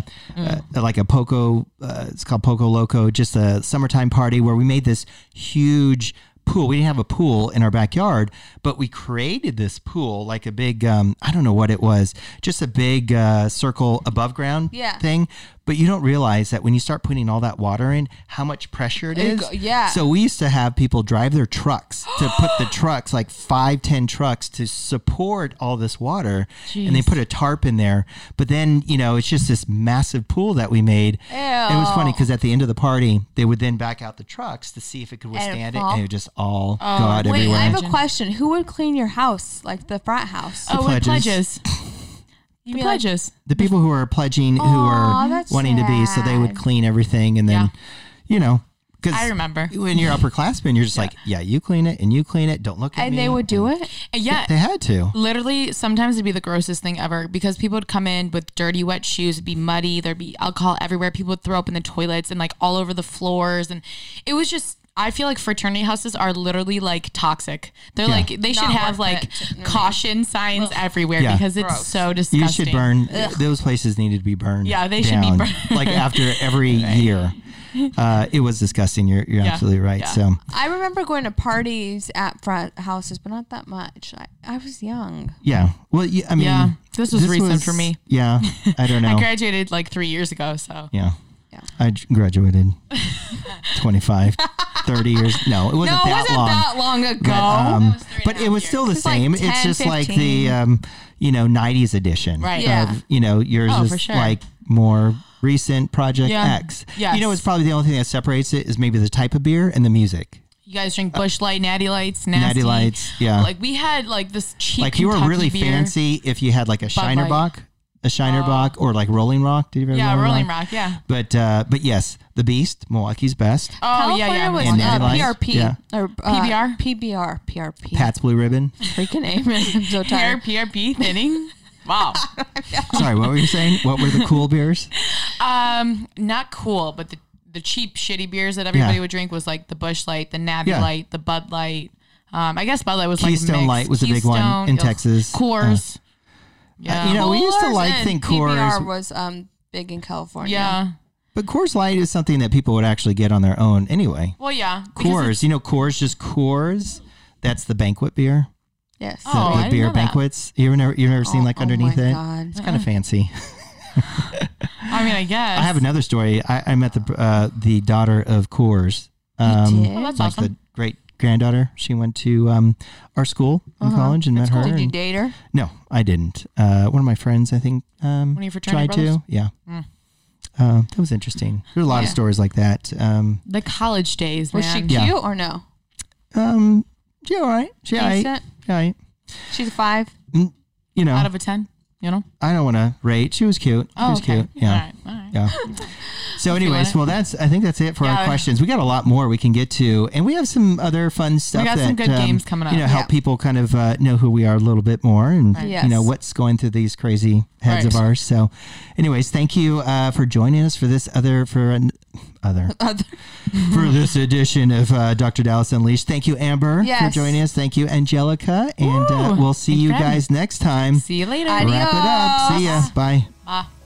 Speaker 1: uh, like a Poco. Uh, it's called Poco Loco. Just a summertime party where we made this huge pool. We didn't have a pool in our backyard, but we created this pool like a big. Um, I don't know what it was. Just a big uh, circle above ground
Speaker 2: Yeah.
Speaker 1: thing. But you don't realize that when you start putting all that water in, how much pressure it is.
Speaker 2: go- yeah.
Speaker 1: So we used to have people drive their trucks to put
Speaker 2: <gasps>
Speaker 1: the trucks, like five, ten trucks, to support all this water, and they put a tarp in there. But then you know it's just this massive pool that we made. It was funny
Speaker 2: Ew.
Speaker 1: because at the end of the party, they would then back out the trucks to see if it could withstand it,
Speaker 2: fall? Oh,
Speaker 1: and it would just all go out
Speaker 3: wait,
Speaker 1: everywhere.
Speaker 2: I have a
Speaker 3: Imagine.
Speaker 2: question. Who would clean your house, like the frat house?
Speaker 3: oh,
Speaker 1: pledges.
Speaker 3: with pledges.
Speaker 2: you
Speaker 3: The
Speaker 2: mean, like,
Speaker 3: pledges.
Speaker 1: Uh, the people who are pledging, who
Speaker 2: Aw,
Speaker 1: are
Speaker 2: that's
Speaker 1: wanting to be, so they would
Speaker 2: sad.
Speaker 1: clean everything, and then
Speaker 3: Yeah.
Speaker 1: you know Because
Speaker 3: I remember.
Speaker 1: when you're upperclassmen, you're just like, yeah, you clean it and you clean it. Don't look at
Speaker 2: and
Speaker 1: me.
Speaker 2: they would do it.
Speaker 3: And yeah,
Speaker 1: They had to.
Speaker 3: literally sometimes it'd be the grossest thing ever because people would come in with dirty wet shoes it'd be muddy there'd be alcohol everywhere people would throw up in the toilets and like all over the floors and it was just I feel like fraternity houses are literally like toxic. They're like they should
Speaker 4: Not
Speaker 3: have
Speaker 4: worth
Speaker 3: like
Speaker 4: it. Mm-hmm.
Speaker 3: caution signs everywhere
Speaker 1: Yeah.
Speaker 3: because it's
Speaker 4: Gross.
Speaker 3: so
Speaker 1: You
Speaker 3: disgusting.
Speaker 1: should burn. Those places needed to be burned.
Speaker 3: Yeah, they should be
Speaker 1: down,
Speaker 3: burned.
Speaker 1: like after
Speaker 3: <laughs>
Speaker 1: every year. Uh, it was disgusting. You're, you're
Speaker 3: Yeah.
Speaker 1: absolutely right.
Speaker 3: Yeah.
Speaker 1: So,
Speaker 2: I remember going to parties at frat houses, but not that much. I, I was young.
Speaker 1: yeah. Well, yeah, I mean,
Speaker 3: Yeah, this was recent for me.
Speaker 1: Yeah. I don't know.
Speaker 3: <laughs> I graduated like three years ago, so
Speaker 1: yeah.
Speaker 2: Yeah.
Speaker 1: I j- graduated
Speaker 3: <laughs>
Speaker 1: 25, 30 years. No, it wasn't
Speaker 3: no, it
Speaker 1: that
Speaker 3: wasn't
Speaker 1: long.
Speaker 3: that long ago.
Speaker 1: um,
Speaker 4: was three and
Speaker 1: but
Speaker 4: a
Speaker 1: it
Speaker 4: half
Speaker 1: was
Speaker 4: years.
Speaker 1: still the
Speaker 2: like
Speaker 1: same. it's
Speaker 2: 10,
Speaker 1: just like the
Speaker 2: 15.
Speaker 1: um, you know '90s edition,
Speaker 3: Right.
Speaker 2: Yeah.
Speaker 1: Of, you know, yours
Speaker 3: Oh, for
Speaker 1: is
Speaker 3: sure.
Speaker 1: like more recent Project
Speaker 3: Yeah.
Speaker 1: X.
Speaker 3: Yes.
Speaker 1: You know, it's probably the only thing that separates it is maybe the type of beer and the music.
Speaker 3: you guys drink Bush Light, Natty Lights, nasty.
Speaker 1: Natty Lights, yeah.
Speaker 3: Like we had like this cheap.
Speaker 1: like you were
Speaker 3: Kentucky
Speaker 1: really
Speaker 3: beer.
Speaker 1: fancy if you had like a Shiner
Speaker 3: Light. Oh.
Speaker 1: Bock, a Shiner Bock, or like Rolling Rock. Did you ever?
Speaker 3: Yeah,
Speaker 1: Rolling,
Speaker 3: Rolling
Speaker 1: Rock?
Speaker 3: Rock. Yeah.
Speaker 1: But uh, but yes, the Beast, Milwaukee's best.
Speaker 3: Oh
Speaker 2: California was
Speaker 1: And
Speaker 2: uh,
Speaker 1: Nanny Lights?
Speaker 2: PRP
Speaker 1: Yeah.
Speaker 2: or uh,
Speaker 3: PBR?
Speaker 2: PBR, PRP.
Speaker 1: Pat's Blue Ribbon.
Speaker 2: Freaking amen. I'm <laughs> so
Speaker 3: Hair
Speaker 2: tired.
Speaker 3: PRP thinning.
Speaker 1: <laughs>
Speaker 3: Wow.
Speaker 1: Sorry, what were you saying? What were the cool
Speaker 3: <laughs>
Speaker 1: beers?
Speaker 3: um, not cool, but the, the cheap, shitty beers that everybody
Speaker 1: Yeah.
Speaker 3: would drink was like the Bush Light, the Natty
Speaker 1: Yeah.
Speaker 3: Light, the Bud Light. Um, I guess Bud Light was
Speaker 1: Keystone Light
Speaker 3: like mixed.
Speaker 1: was a big one
Speaker 3: Keystone,
Speaker 1: in
Speaker 3: ugh,
Speaker 1: Texas. Uh,
Speaker 3: Coors. yeah.
Speaker 1: you know, we used to
Speaker 2: Coors
Speaker 1: like
Speaker 2: and
Speaker 1: think
Speaker 2: PBR
Speaker 1: Coors
Speaker 2: was um big in California.
Speaker 3: yeah.
Speaker 1: But Coors Light is something that people would actually get on their own anyway.
Speaker 3: Well, yeah. because it's-
Speaker 1: Coors, you know, Coors just Coors. That's the banquet beer.
Speaker 2: Yes.
Speaker 1: The,
Speaker 3: Oh,
Speaker 1: the
Speaker 3: I didn't
Speaker 1: beer
Speaker 3: know that.
Speaker 1: banquets. You've never you've never seen like underneath
Speaker 2: oh my
Speaker 1: it.
Speaker 2: God.
Speaker 1: It's kind of fancy.
Speaker 3: <laughs> I mean, I guess.
Speaker 1: I have another story. I, I met the uh, the daughter of Coors. Um,
Speaker 2: did? Oh,
Speaker 3: that's
Speaker 1: like
Speaker 3: awesome.
Speaker 1: the great granddaughter. She went to um, our school in
Speaker 3: Uh-huh.
Speaker 1: college and met her.
Speaker 2: Did you
Speaker 1: and-
Speaker 2: date her?
Speaker 1: no, I didn't. Uh, one of my friends, I think, um,
Speaker 3: One of your Mm. fraternity
Speaker 1: tried to.
Speaker 3: brothers?
Speaker 1: Yeah. Uh, that was interesting. There's a lot of
Speaker 2: Yeah.
Speaker 1: stories like that. Um,
Speaker 3: The college days,
Speaker 2: Was
Speaker 3: man.
Speaker 2: she
Speaker 1: Yeah.
Speaker 2: cute or no?
Speaker 1: Um, she all right. She all right.
Speaker 2: Decent.
Speaker 1: She all right.
Speaker 2: She's
Speaker 1: <laughs>
Speaker 2: a five.
Speaker 1: Mm, You know,
Speaker 3: Out of a 10, you know? Oh,
Speaker 1: I don't want to rate. She was cute. She was
Speaker 3: okay.
Speaker 1: cute. Yeah.
Speaker 3: All right. All right.
Speaker 1: Yeah. So, anyways,
Speaker 3: it.
Speaker 1: well, that's I think that's it for our
Speaker 3: Yeah.
Speaker 1: questions. We got a lot more we can get to, and we have some other fun stuff.
Speaker 3: got
Speaker 1: that, um,
Speaker 3: some good games coming up.
Speaker 1: You know, help
Speaker 2: Yeah.
Speaker 1: people kind of uh, know who we are a little bit more, and
Speaker 2: Right.
Speaker 1: you know
Speaker 2: Yes.
Speaker 1: what's going through these crazy heads of
Speaker 3: Right.
Speaker 1: ours. So, anyways, thank you uh, for joining us for this other for an other
Speaker 2: Other-
Speaker 1: for
Speaker 3: <laughs>
Speaker 1: this edition of uh, Dr. Dallas Unleashed. Thank you, Amber,
Speaker 2: Yes.
Speaker 1: for joining us. Thank you, Angelica. And uh,
Speaker 3: Ooh,
Speaker 1: we'll see
Speaker 3: and
Speaker 1: you
Speaker 3: Fred.
Speaker 1: guys next time.
Speaker 3: See you later.
Speaker 2: Adios.
Speaker 1: Wrap it up. See ya. Bye.
Speaker 3: Bye.